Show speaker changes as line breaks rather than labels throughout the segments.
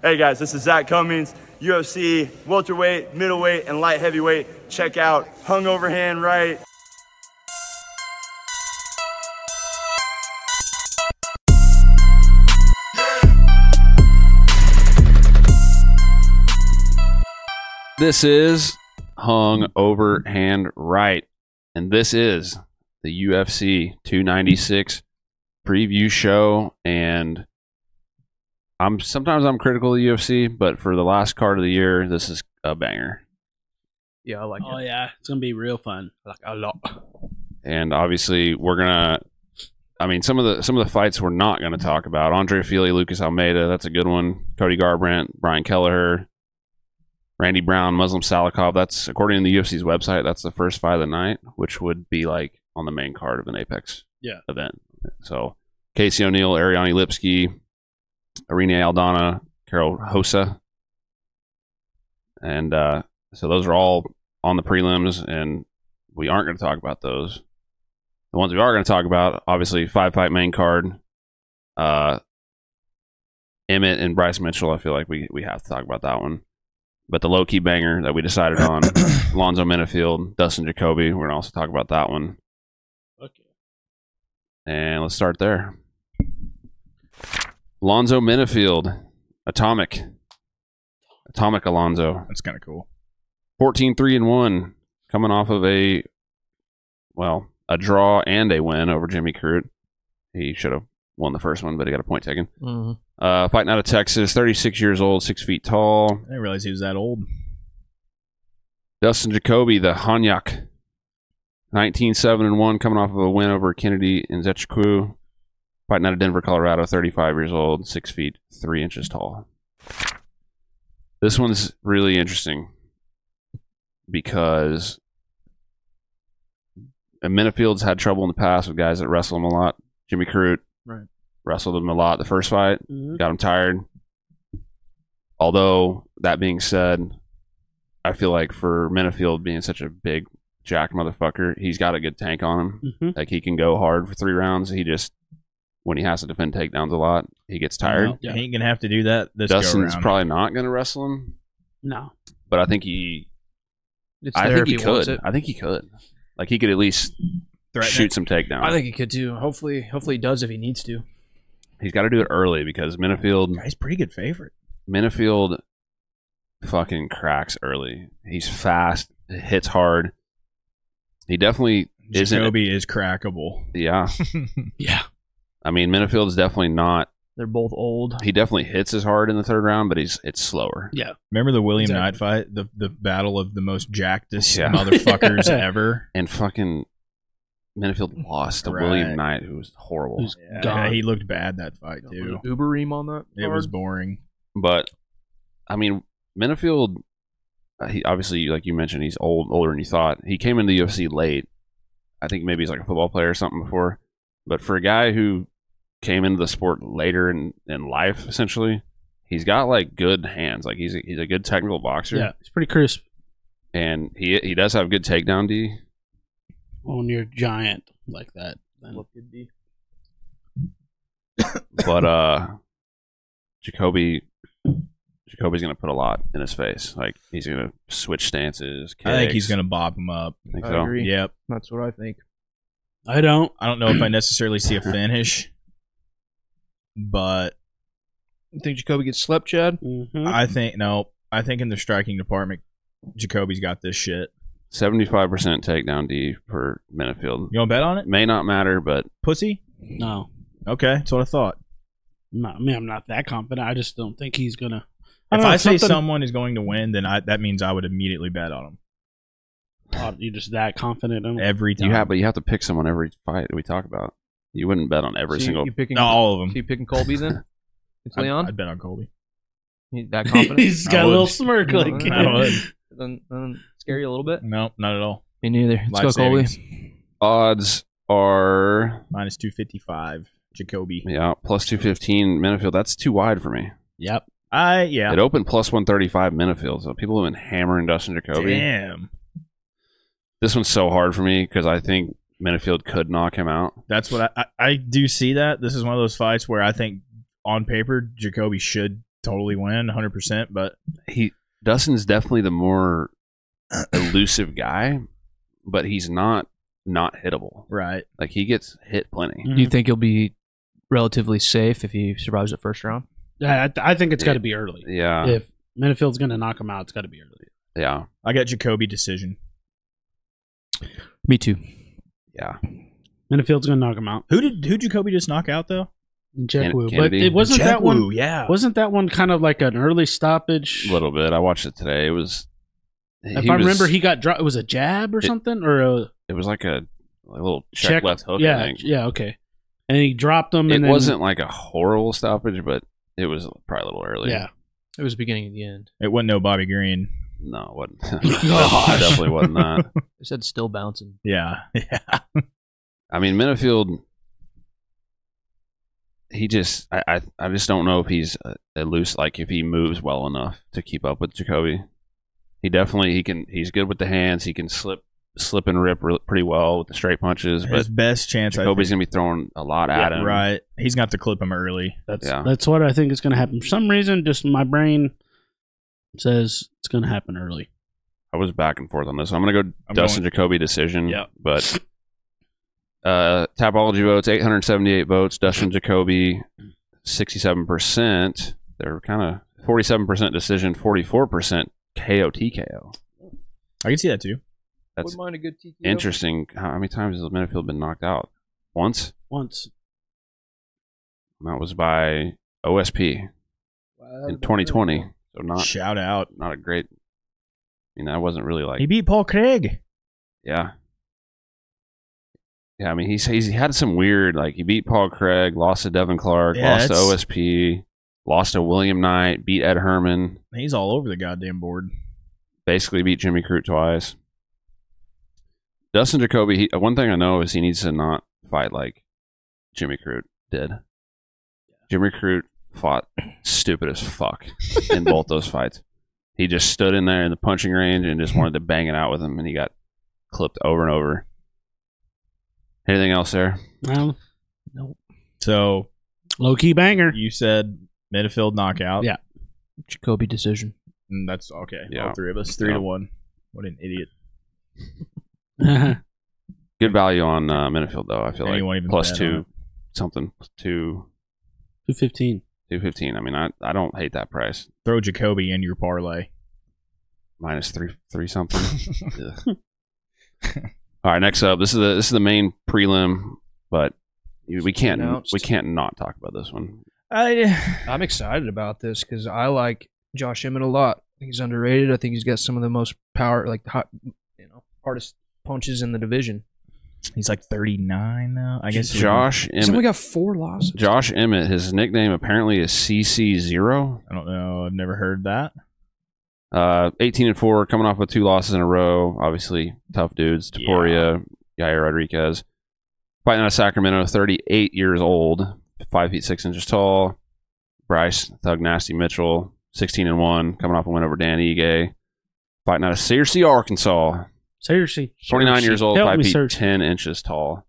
Hey guys, this is Zach Cummings, UFC welterweight, middleweight, and light heavyweight. Check out Hung Overhand Right.
This is Hung Over Hand Right, and this is the UFC 296 preview show. And I'm sometimes I'm critical of the UFC, but for the last card of the year, this is a banger.
Yeah, I like
Oh
it.
yeah, it's gonna be real fun. Like a lot.
And obviously, we're gonna. I mean, some of the some of the fights we're not gonna talk about. Andre Feely, Lucas Almeida, that's a good one. Cody Garbrandt, Brian Kelleher, Randy Brown, Muslim Salikov. That's according to the UFC's website. That's the first fight of the night, which would be like on the main card of an Apex
Yeah.
event. So Casey O'Neill, Ariane Lipsky, Arena Aldana, Carol Hosa, and uh, so those are all on the prelims, and we aren't going to talk about those. The ones we are going to talk about, obviously, five fight main card. Uh, Emmett and Bryce Mitchell. I feel like we we have to talk about that one. But the low key banger that we decided on, Lonzo Minifield, Dustin Jacoby. We're going to also talk about that one.
Okay.
And let's start there. Alonzo Minifield, Atomic. Atomic Alonzo.
That's kind of cool.
14 3 and 1, coming off of a, well, a draw and a win over Jimmy Crute. He should have won the first one, but he got a point taken.
Mm-hmm.
Uh, fighting out of Texas, 36 years old, 6 feet tall.
I didn't realize he was that old.
Dustin Jacoby, the Hanyak, 19 7 and 1, coming off of a win over Kennedy and Zechku. Fighting out of Denver, Colorado, 35 years old, 6 feet, 3 inches tall. This one's really interesting because Minifield's had trouble in the past with guys that wrestle him a lot. Jimmy Crute
Right.
wrestled him a lot the first fight
Mhm.
got him tired. Although that being said, I feel like for Minifield being such a big jack motherfucker, he's got a good tank on
Mm-hmm.
him.
Mhm.
Like he can go hard for three rounds. He just when he has to defend takedowns a lot, he gets tired.
Well, He ain't gonna have to do that this
Dustin's
go around.
probably not going to wrestle him,
No.
but I think he.
It's
I
there
think
if
he,
wants
could.
it.
I think he could. Like he could at least
Threatening.
shoot some takedowns.
I think he could too. Hopefully, hopefully he does if he needs to.
he's got to do it early because Minifield.
Guy's pretty good favorite.
Minifield fucking cracks early. He's fast, hits hard. He definitely isn't.
Jacoby is crackable.
Yeah,
Yeah,
I mean Minifield's definitely not.
they're both old.
He definitely hits as hard in the third round, but he's it's slower.
Remember the William
Exactly.
Knight fight, the the battle of the most jackedest
Yeah.
motherfuckers ever.
And fucking Minifield lost to
Right.
William Knight, who was horrible.
Who's-
Yeah,
God.
he looked bad that fight too.
Uber ream on that.
It was boring.
But I mean Minifield, uh, he obviously like you mentioned, he's old, older than you thought. He came into the UFC late. I think maybe he's like a football player or something before. But for a guy who came into the sport later in, in life, essentially, he's got like good hands. Like he's a, he's a good technical boxer,
Yeah, it's pretty crisp
and he he does have good takedown D.
when you're giant like that. Then
But uh, Jacoby Jacoby's gonna put a lot in his face. Like he's gonna switch stances. Kicks.
I think he's gonna bob him up.
Think
I
so?
agree.
Yep.
That's what I think.
I don't.
I don't know if I necessarily see a finish, but
You think Jacoby gets slept, Chad?
Mhm.
I think no. I think in the striking department, Jacoby's got this shit.
Seventy-five percent takedown D for Minifield.
You want to bet on it,
May not matter, but
pussy?
no,
Okay, that's what I thought.
I'm not, I mean I'm not that confident. I just don't think he's gonna. I don't
If
know,
I say
something-
someone is going to win, then I, that means I would immediately bet on him
Oh, you're just that confident. I'm-
every time.
you have but you have to pick someone every fight that we talk about. You wouldn't bet on every
So you-
single.
You picking,
No, all of
so
them.
you picking Colby then? It's
I'd,
Leon.
I'd bet on Colby.
You that confident?
he's
I
got a
would.
little smirk.
No,
Like
I
would.
then, then scare you a little bit.
No, not at all.
Me neither.
Life
Let's go, Colby.
savings.
odds are
Minus two fifty five. Jacoby.
yeah plus two fifteen Minifield. That's too wide for me.
Yep. I yeah.
It opened plus one thirty-five Minifield. So people have been hammering Dustin Jacoby.
Damn.
This one's so hard for me because I think Minifield could knock him out.
That's what I, I I do see that. This is one of those fights where I think on paper Jacoby should totally win 100%, but
he Dustin's definitely the more elusive guy, but he's not not hittable.
right.
Like he gets hit plenty.
Mhm.
Do you think he'll be relatively safe if he survives the first round?
Yeah, I, I think it's got to be early.
Yeah, yeah.
if Minifield's going to knock him out, it's got to be early.
Yeah.
I got Jacoby decision.
Me too.
Minifield's going to knock him out.
Who did who Jacoby just knock out though?
Jack
Can-
Wu. But
Kennedy.
it wasn't
Jack
that one.
Wu, yeah.
Wasn't that one kind of like an early stoppage?
A little bit. I watched it today. It was
if
he
I
was-
remember, he got dropped. It was a jab or
It-
something, or a
it was like a, like a little check,
Check-
left hook. I
yeah,
think.
yeah, okay. And he dropped him.
It
and then-
wasn't like a horrible stoppage, but it was probably a little early.
Yeah,
It was the beginning and the end.
It wasn't no Bobby Green.
No, it wasn't. Definitely wasn't that.
It said still bouncing.
Yeah. Yeah.
I mean, Minifield, he just, I, I, I just don't know if he's uh loose, like if he moves well enough to keep up with Jacoby. He definitely, he can, he's good with the hands. He can slip, slip and rip re- pretty well with the straight punches, but
His best chance I
Jacoby's
think-
going to be throwing a lot at
Yeah,
him.
Right. He's got to clip him early.
that's
Yeah.
that's what I think is going to happen. For some reason, just my brain says it's going to happen early.
I was back and forth on this. I'm going to go
I'm
Dustin Jacoby decision.
Yep.
But uh, Tapology votes 878 votes. Dustin Jacoby 67%. They're kind of 47% decision, 44% KO TKO.
I can see that too.
That's
mind a good TKO.
interesting. How many times has Minifield been knocked out? Once.
Once
And that was by OSP in 2020. So not
Shout out.
not a great. I mean, that wasn't really like
He beat Paul Craig.
Yeah. Yeah, I mean he's he's he had some weird like he beat Paul Craig, lost to Devin Clark,
Yeah,
lost to
it's-
OSP, lost to William Knight, beat Ed Herman,
He's all over the goddamn board.
basically beat Jimmy Crute twice. Dustin Jacoby, he, one thing I know is he needs to not fight like Jimmy Crute did. Jimmy Crute fought stupid as fuck in both those fights. He just stood in there in the punching range and just wanted to bang it out with him, and he got clipped over and over. Anything else there?
well,
So
low key banger.
you said midfield knockout.
Yeah.
Jacoby decision.
And that's okay.
Yeah.
All three of us. Three
Yeah.
to one. What an idiot.
Good value on uh, Minifield though. I feel
And you won't
like
even
plus
bet on
two,
it.
something two
Two fifteen.
two fifteen. I mean, I I don't hate that price.
Throw Jacoby in your parlay.
minus three three something. Ugh. All right, next up, this is the this is the main prelim, but you- we can't
Announced.
we can't not talk about this one.
I,
I'm excited about this because I like Josh Emmett a lot. I think he's underrated. I think he's got some of the most power, like hot, you know, hardest punches in the division.
he's like 39 now. I guess
Josh
He's only
Emmett.
got four losses.
Josh Emmett. His nickname apparently is CC zero.
I don't know. I've never heard that.
Uh, eighteen and four, coming off with two losses in a row. Obviously, tough dudes. Taporia, Yair Rodriguez, fighting out of Sacramento, thirty-eight years old, five feet six inches tall. Bryce Thug Nasty Mitchell, sixteen and one, coming off a win over Dan Ige, fighting out of Searcy, Arkansas,
Seriously,
twenty-nine years old,
Help
five
me,
feet
sir.
ten inches tall.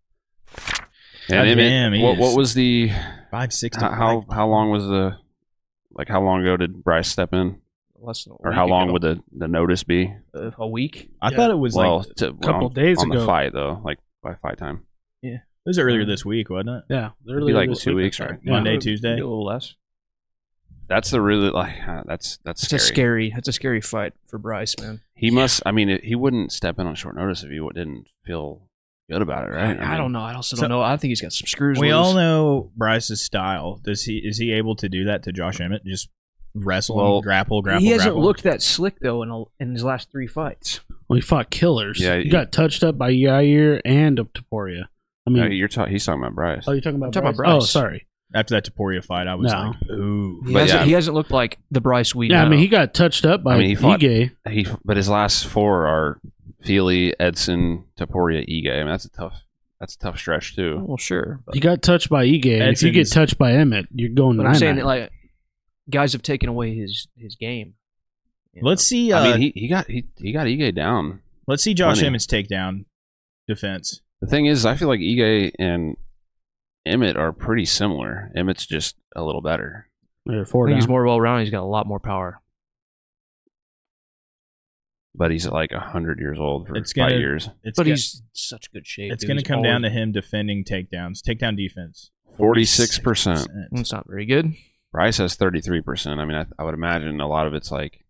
God
And Emmett,
damn, he
what, what
is-
was the
Five six.
how how- how long was the like how long ago did Bryce step in,
Less than a
or
week
how long
ago.
would the the notice be?
Uh, a week?
I thought it was
well,
like
to-
couple
on,
days
on the
ago.
fight though, like by fight time.
it was earlier this week, wasn't
Yeah,
It'd
earlier
be like
this
two
week.
weeks, right?
it? Monday,
Yeah.
Tuesday.
Maybe A little less.
That's the really like uh, that's that's
It's
scary.
a scary. That's a scary fight for Bryce, man.
He must. I mean, he wouldn't step in on short notice if he w- didn't feel good about it, right?
I, don't know. I also
So-
don't know. I think he's got some screws.
We
loose.
all know Bryce's style. Does he is he able to do that to Josh Emmett? Just wrestle,
Well,
grapple, grapple.
he hasn't
grapple?
looked that slick though in, a, in his last three fights.
Well, he fought killers.
Yeah,
he,
he-
got touched up by Yair and Taporia. I mean,
No, uh, you're ta- he's talking about Bryce.
oh, you're talking about
I'm talking about
Oh,
Bryce.
sorry.
after that Taporia fight. I was
No.
like, ooh,
He
But
hasn't,
yeah.
he hasn't looked like the Bryce we.
Yeah, I
know.
mean, he got touched up by
I mean, he fought-
Ige.
He, but his last four are Feely, Edson, Taporia, Ige. I mean, that's a tough. That's a tough stretch too.
Well, sure. But,
You got touched by Ige. and If you get
Edson's-
touched by Emmett, you're going.
but I'm saying that
nine-nine.
like guys have taken away his his game. you know?
let's see. Uh,
I mean, he, he got he, he got Ige down.
let's see Josh
Plenty.
Emmett's takedown defense.
The thing is, I feel like Ige and Emmett are pretty similar. Emmett's just a little better.
Or
I
four
think he's
down.
more well rounded. He's got a lot more power.
but he's like hundred years old for
It's
5
gonna-
years.
It's
But
go-
he's in such good shape.
it's
dude.
going to
He's
come down to
always-
him defending takedowns, takedown defense.
46%.
It's not very good.
Bryce has thirty three percent. I mean, I, I would imagine a lot of it's like,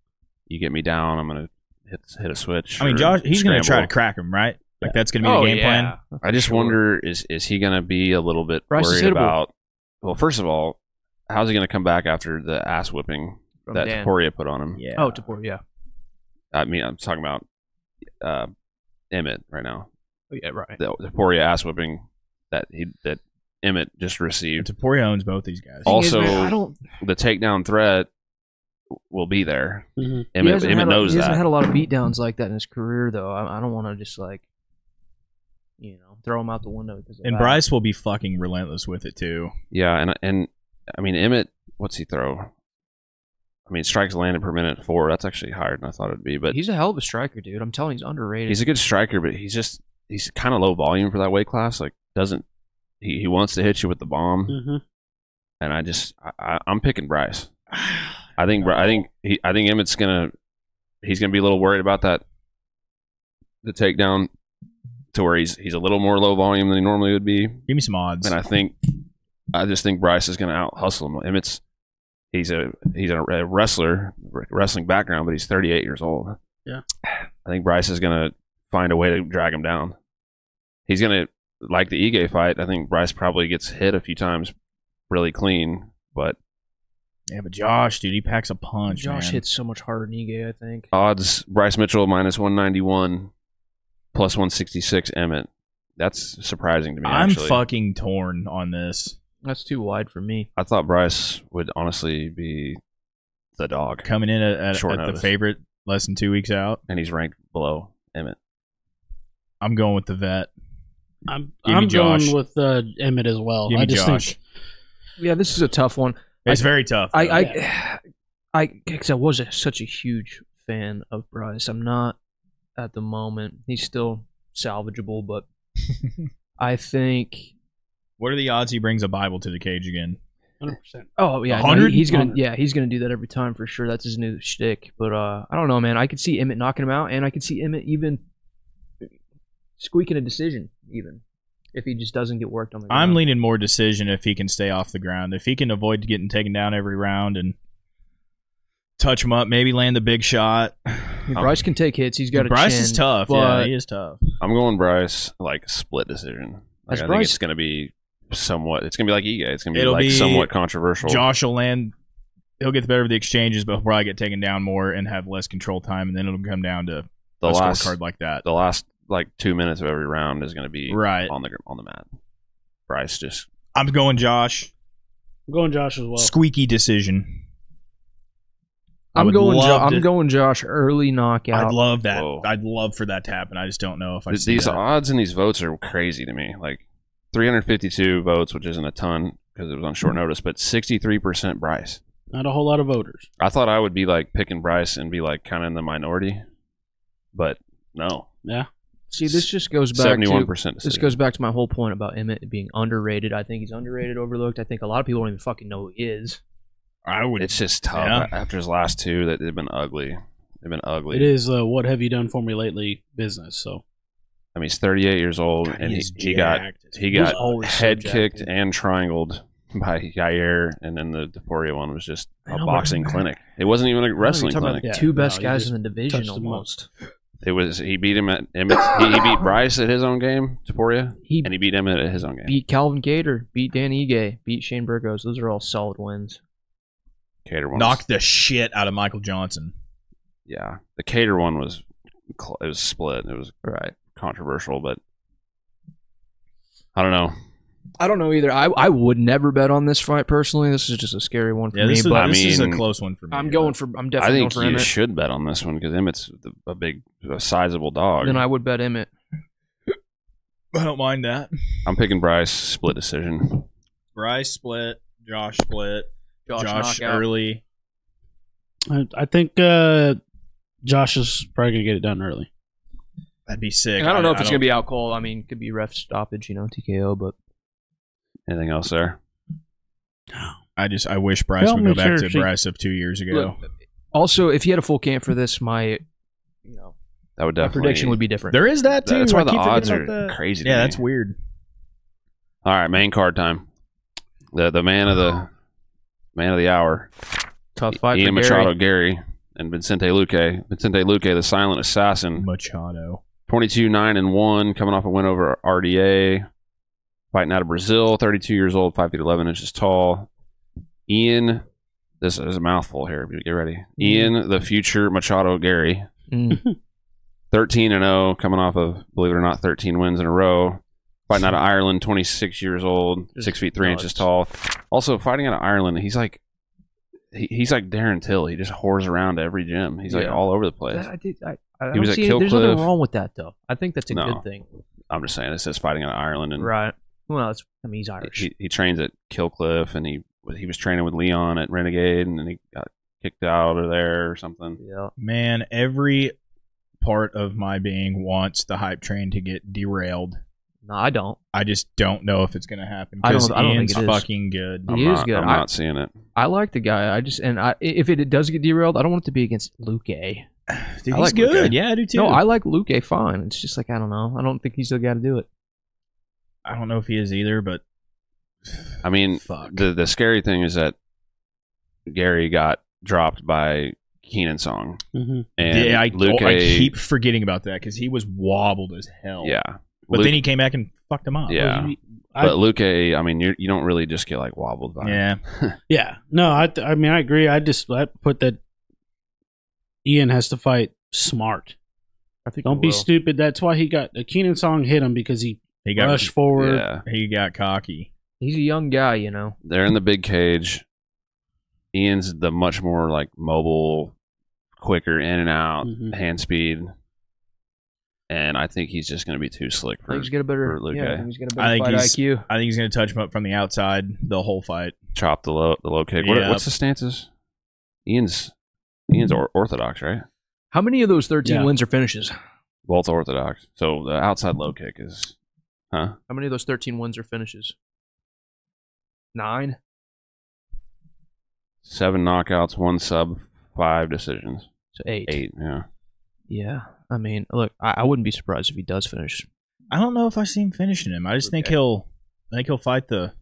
you get me down, I'm gonna hit hit a switch.
I mean,
or
Josh, he's going to try to
scramble.
crack him, right? Like that's going to be
Oh,
the game plan.
I just
Sure.
wonder is is he going to be a little bit
Bryce is
worried
hittable.
about? Well, first of all, how's he going to come back after the ass whipping
From
that
Dan.
Taporia put on him?
Yeah.
Oh, Tapor, yeah.
I mean, I'm talking about uh, Emmett right now.
Oh, yeah, right.
The Taporia ass whipping that he that Emmett just received.
Taporia owns both these guys.
All- Also-
Thing is, man, I don't.
The takedown threat will be there.
Mhm.
Mm-hmm. he
Emmett,
hasn't
Emmett
had a-
knows
He
that.
hasn't had a lot of beatdowns like that in his career, though. I, I don't want to just like, you know, throw him out the window. Because of
and
that.
Bryce will be fucking relentless with it too.
yeah, and and I mean Emmett, what's he throw? I mean, strikes landed per minute four. That's actually higher than I thought it'd be. But
he's a hell of a striker, dude. I'm telling you, he's underrated.
he's a good striker, but he's just he's kind of low volume for that weight class. Like doesn't he, he wants to hit you with the bomb,
Mhm.
and I just I- I, I'm picking Bryce. I think Bri- I think he, I think Emmett's gonna he's gonna be a little worried about that the takedown to where he's he's a little more low volume than he normally would be,
Give me some odds.
and I think I just think Bryce is gonna out hustle him. Emmett's he's a he's a wrestler wrestling background, but he's 38 years old.
Yeah.
I think Bryce is gonna find a way to drag him down. He's gonna like the Ige fight. I think Bryce probably gets hit a few times really clean, but
yeah, but Josh, dude, he packs a punch.
Josh
man.
hits so much harder than Ige, I think.
odds Bryce Mitchell minus 191 plus 166 Emmett. That's surprising to me.
I'm
actually.
fucking torn on this.
That's too wide for me.
I thought Bryce would honestly be the dog,
Coming in at, at,
Short
at the
notice.
favorite, less than two weeks out.
and he's ranked below Emmett.
I'm going with the vet.
I'm,
Give me
I'm
Josh.
going with uh, Emmett as well.
Give
I
me
just
Josh.
think
Yeah, this is a tough one.
It's very tough.
I,
though.
I, I, because I was a, such a huge fan of Bryce. I'm not at the moment. He's still salvageable, but I think.
what are the odds he brings a Bible to the cage again?
100%.
Oh yeah, no,
100?
he- he's gonna.
100.
Yeah, he's gonna do that every time for sure. That's his new shtick. But uh, I don't know, man. I could see Emmett knocking him out, and I could see Emmett even squeaking a decision, even if he just doesn't get worked on the.
I'm
ground.
leaning more decision if he can stay off the ground. If he can avoid getting taken down every round and touch him up, maybe land the big shot. Oh,
I mean, Bryce can take hits. He's got a
Bryce
chin,
is tough. Yeah,
but-
he is tough.
I'm going Bryce like split decision. Like,
That's
I think
Bryce-
it's going to be somewhat. It's going to be like Ige. It's going to be
It'll
like
be
somewhat controversial.
Josh will land. He'll get the better of the exchanges, but he'll probably get taken down more and have less control time, and then it'll come down to
the
a
last
scorecard like that.
the last like two minutes of every round is going to be
Right.
on the gr- on the mat. Bryce just
I'm going Josh.
I'm going Josh as well.
Squeaky decision. I
I'm
would
going. Jo-
love to-
I'm going. Josh early knockout.
I'd love that.
Whoa.
I'd love for that to happen. I just don't know if I
Th-
see
these
that.
odds and these votes are crazy to me. Like 352 votes, which isn't a ton because it was on
Mm-hmm.
short notice, but 63% Bryce.
Not a whole lot of voters.
I thought I would be like picking Bryce and be like kind of in the minority, but no,
See, this just goes back to
71%. Decision.
This goes back to my whole point about Emmett being underrated. I think he's underrated, overlooked. I think a lot of people don't even fucking know who he is.
I would.
it's just tough
Yeah.
after his last two that they've been ugly. They've been ugly.
It is uh, what have you done for me lately business. So
I mean, he's 38 years old
God,
and he,
is
he got
jacked.
he
He's
got
always so
head
jacked,
kicked
dude.
and triangled by Yair, and then the Deporia one was just a
I know, but-
boxing clinic. It wasn't even a wrestling
You're talking
clinic.
about the
Yeah,
two
no,
best
you
guys
just
in the division
touched them up.
almost.
It was he beat him at Emmett. he, he beat Bryce at his own game, Taporia,
He
and he beat Emmett at his own game.
beat Calvin Gator, beat Dan Ige, beat Shane Burgos. Those are all solid wins.
Cater one, was-
knocked the shit out of Michael Johnson.
yeah. The Cater one was cl- it was split. It was
Right.
controversial, but I don't know.
I don't know either. I, I would never bet on this fight personally. This is just a scary one for
Yeah,
me.
this, is,
but
I
this is a
mean,
close one for me.
I'm going for. I'm
I
definitely
think
going for
you
Emmett.
should bet on this one because Emmett's the- a big, a sizable dog.
Then I would bet Emmett.
I don't mind that.
I'm picking Bryce split decision.
Bryce split. Josh split.
Josh,
Josh,
knockout.
early.
I, I think uh, Josh is probably gonna get it done early.
That'd be sick.
And I don't know if it's gonna be out cold. I mean, could be ref stoppage, you know, TKO. But
Anything else there?
I just I wish Bryce
Well,
would go
make
back
sure
to
she-
Bryce of two years ago.
Look, also, if he had a full camp for this, my you know
That would
my
definitely.
prediction would be different.
there is that too.
That's why
I
the
keep forgetting
odds are
about that.
crazy. to
Yeah,
me.
that's weird.
All right, main card time. The the man of the man of the hour,
Tough fight
Ian
for
Machado
Gary.
Gary, and Vincente Luque. Vincente Luque, the silent assassin,
Machado.
22 9 and 1, coming off a win over RDA, fighting out of Brazil, 32 years old, 5 feet 11 inches tall. Ian, this is a mouthful here, but get ready.
Mm-hmm.
Ian, the future Machado Gary,
Mm.
13 and 0, coming off of, believe it or not, 13 wins in a row. Fighting out of Ireland, 26 years old,
Just
6 feet 3
nuts.
inches tall. Also, fighting out of Ireland, he's like, he, he's like Darren Till. He just whores around every gym. He's like
Yeah.
all over the place.
That- I, did, I, I
He
don't
was at
see any- There's nothing
Killcliff.
wrong with that though. I think that's a
No.
good thing.
I'm just saying, it says fighting out of Ireland, and
Right. Well, it's, I mean, he's Irish.
he, he trains at Killcliff, and he he was training with Leon at Renegade, and then he got kicked out of there or something.
yeah.
Man, every part of my being wants the hype train to get derailed.
No, I don't.
I just don't know if it's going to happen
I don't-
because
I don't think
Ian's
it is.
fucking good.
He
I'm
is
not,
good.
I'm
I-
not seeing it.
I like the guy. I just and I if it does get derailed, I don't want it to be against Luke A.
Dude,
I
he's
like Luque.
good. Yeah, I do too.
No, I like Luke A. Fine. It's just like I don't know. I don't think he's the guy to do it.
I don't know if he is either, but
I mean,
Fuck.
the the scary thing is that Gary got dropped by Keenan Song
Mm-hmm.
hmm
and
yeah, I,
Luke.
oh, I
A-
keep forgetting about that because he was wobbled as hell.
yeah,
but
Luke-
then he came back and fucked him up.
yeah.
I-
but Luke, A, I mean, you you don't really just get like wobbled by.
yeah.
Yeah. No, I th- I mean I agree. I just I put that Ian has to fight smart.
I think
Don't be stupid. That's why he got Keenan Song hit him because he
He got
rushed forward.
yeah.
he got cocky.
He's a young guy, you know.
They're in the big cage. Ian's the much more like mobile, quicker in and out,
Mm-hmm.
Mhm.
hand speed, and I think he's just going to be too slick
I
for
think he's got a better.
for Luke
yeah,
A.
I think he's got a
I
better
think
fight
he's-
IQ.
I think he's going to touch him up from the outside the whole fight.
chop the low the low kick. What,
Yeah.
What's the stances? Ian's Ian's or, orthodox, right?
How many of those thirteen
Yeah.
wins are finishes?
Both orthodox. So the outside low kick is, huh?
How many of those thirteen wins are finishes? Nine.
Seven knockouts, one sub, five decisions,
So eight.
eight. Yeah,
Yeah. I mean, look, I, I wouldn't be surprised if he does finish.
I don't know if I see him finishing him. I just think
Okay.
he'll. I think he'll fight the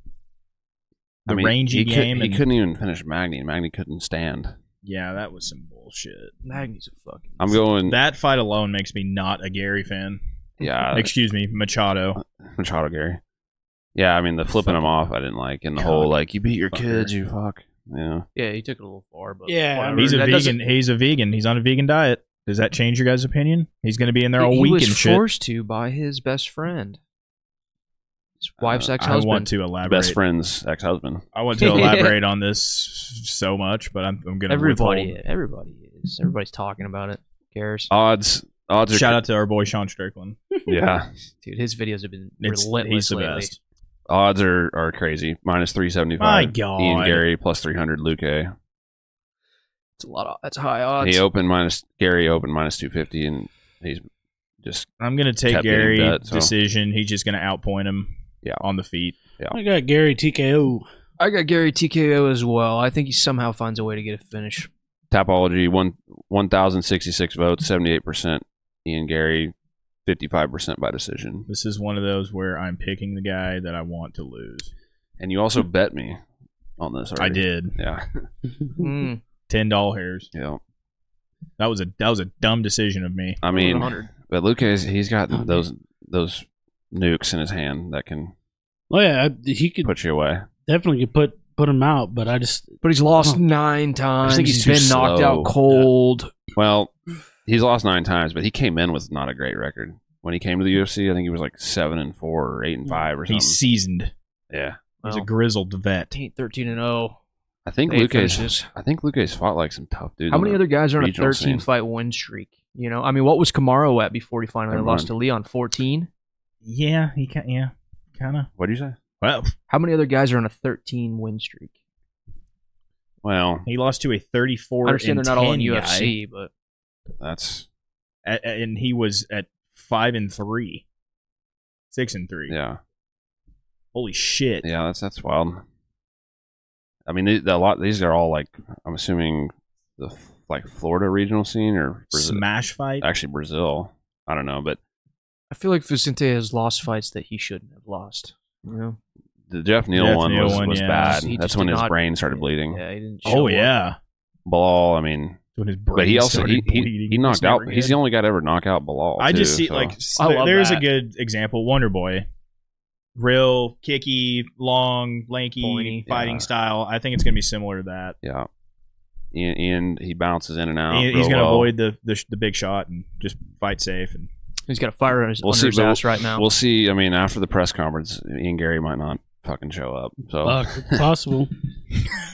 I
the
mean,
rangy
he, could-
game.
he
and,
couldn't even finish Magny. Magny couldn't stand.
Yeah, that was some bullshit.
Magny's a fucking.
I'm going.
That fight alone makes me not a Gary fan.
yeah,
Excuse me, Machado.
Machado Gary. Yeah, I mean the flipping him off, I didn't like, and the whole like you beat your
Fucker.
kids, you fuck. Yeah,
Yeah, he took it a little far, but
Yeah,
uh,
whatever.
He's a
That doesn't-
vegan. He's a vegan. He's on a vegan diet. Does that change your guys' opinion? He's going to be in there all
he
week
was
and shit.
forced to by his best friend, his wife's
Uh, I
I
ex-husband.
want to elaborate.
best friend's ex husband.
I want to elaborate on this so much, but I'm, I'm going to
Everybody, everybody is. Everybody's talking about it. Who cares,
Uh,
Odds, odds are
Shout out to our boy Sean Strickland.
yeah.
dude? His videos have been
It's, he's
relentless
the
lately.
best.
Odds are, are crazy. Minus three seventy
My
five.
God.
Ian Gary plus three hundred. Luke. A.
It's a lot. Of, that's high odds.
He opened minus Gary opened minus two fifty, and he's just
I'm going to take
Kept getting
Gary
bet, so-
decision. He's just going to outpoint him
Yeah.
on the feet.
I got Gary TKO.
I got Gary TKO as well. I think he somehow finds a way to get a finish.
topology one one thousand sixty six votes, seventy eight percent. Ian Gary, fifty five percent by decision.
This is one of those where I'm picking the guy that I want to lose.
And you also bet me on this.
I
Already.
did
Yeah.
Mm,
ten doll hairs.
Yeah.
That was a that was a dumb decision of me.
I mean,
100.
but Luke is he's got
Oh,
those those nukes in his hand that can
Oh yeah, I, he could
put you away.
definitely could put put him out, but I just
but he's lost
Huh.
nine times.
he's
he's
too
been knocked
slow.
out cold.
Well, he's lost nine times, but he came in with not a great record. When he came to the UFC, I think he was like seven and four or eight and five or something.
He's seasoned.
yeah,
He's a
Well,
grizzled vet.
13, 13 and zero.
I think
They
Luke's.
finishes.
I think Luke's fought like some tough dudes.
How many
on
other guys are on a
regional
13
scene.
fight win streak? You know, I mean, what was Camaro at before he finally
Never
lost
mind.
to Leon? 14?
Yeah, he can. Yeah, kind of.
the- What do you say?
Well,
How many other guys are on a 13 win streak?
Well,
he lost to a 34.
I understand they're
and
not all in
10 guy,
UFC, but
that's
a- a- and he was at five and three, six and three.
yeah,
Holy shit!
yeah. That's that's wild. I mean, these, a lot. These are all like I'm assuming the f- like Florida regional scene or Brazil.
Smash fight.
Actually, Brazil. I don't know, but
I feel like Vicente has lost fights that he shouldn't have lost. You know?
the Jeff Neal
Jeff
one
Neal
was,
one,
was
yeah.
bad.
He just
That's when
did
his
not-
brain started bleeding.
Yeah, he didn't. Show
Oh
up.
yeah.
Bilal, I mean,
When his
but he
brain
also he,
started
he,
bleeding.
he
It's
knocked out.
never
He's
good.
the only guy to ever knock out Bilal.
I just
too,
see
so.
like s-
I love
there's a
that.
good example. Wonder Boy, real kicky, long, lanky
Pointy.
fighting
Yeah.
style. I think it's gonna be similar to that.
yeah, and, and he bounces in and out.
He-
real
he's gonna
well.
avoid the, the sh- the big shot and just fight safe. And
He's got a fire in his,
We'll
under
see,
his
but
ass right now.
We'll see. I mean, after the press conference, Ian Gary might not fucking show up. So
Fuck, uh, it's possible.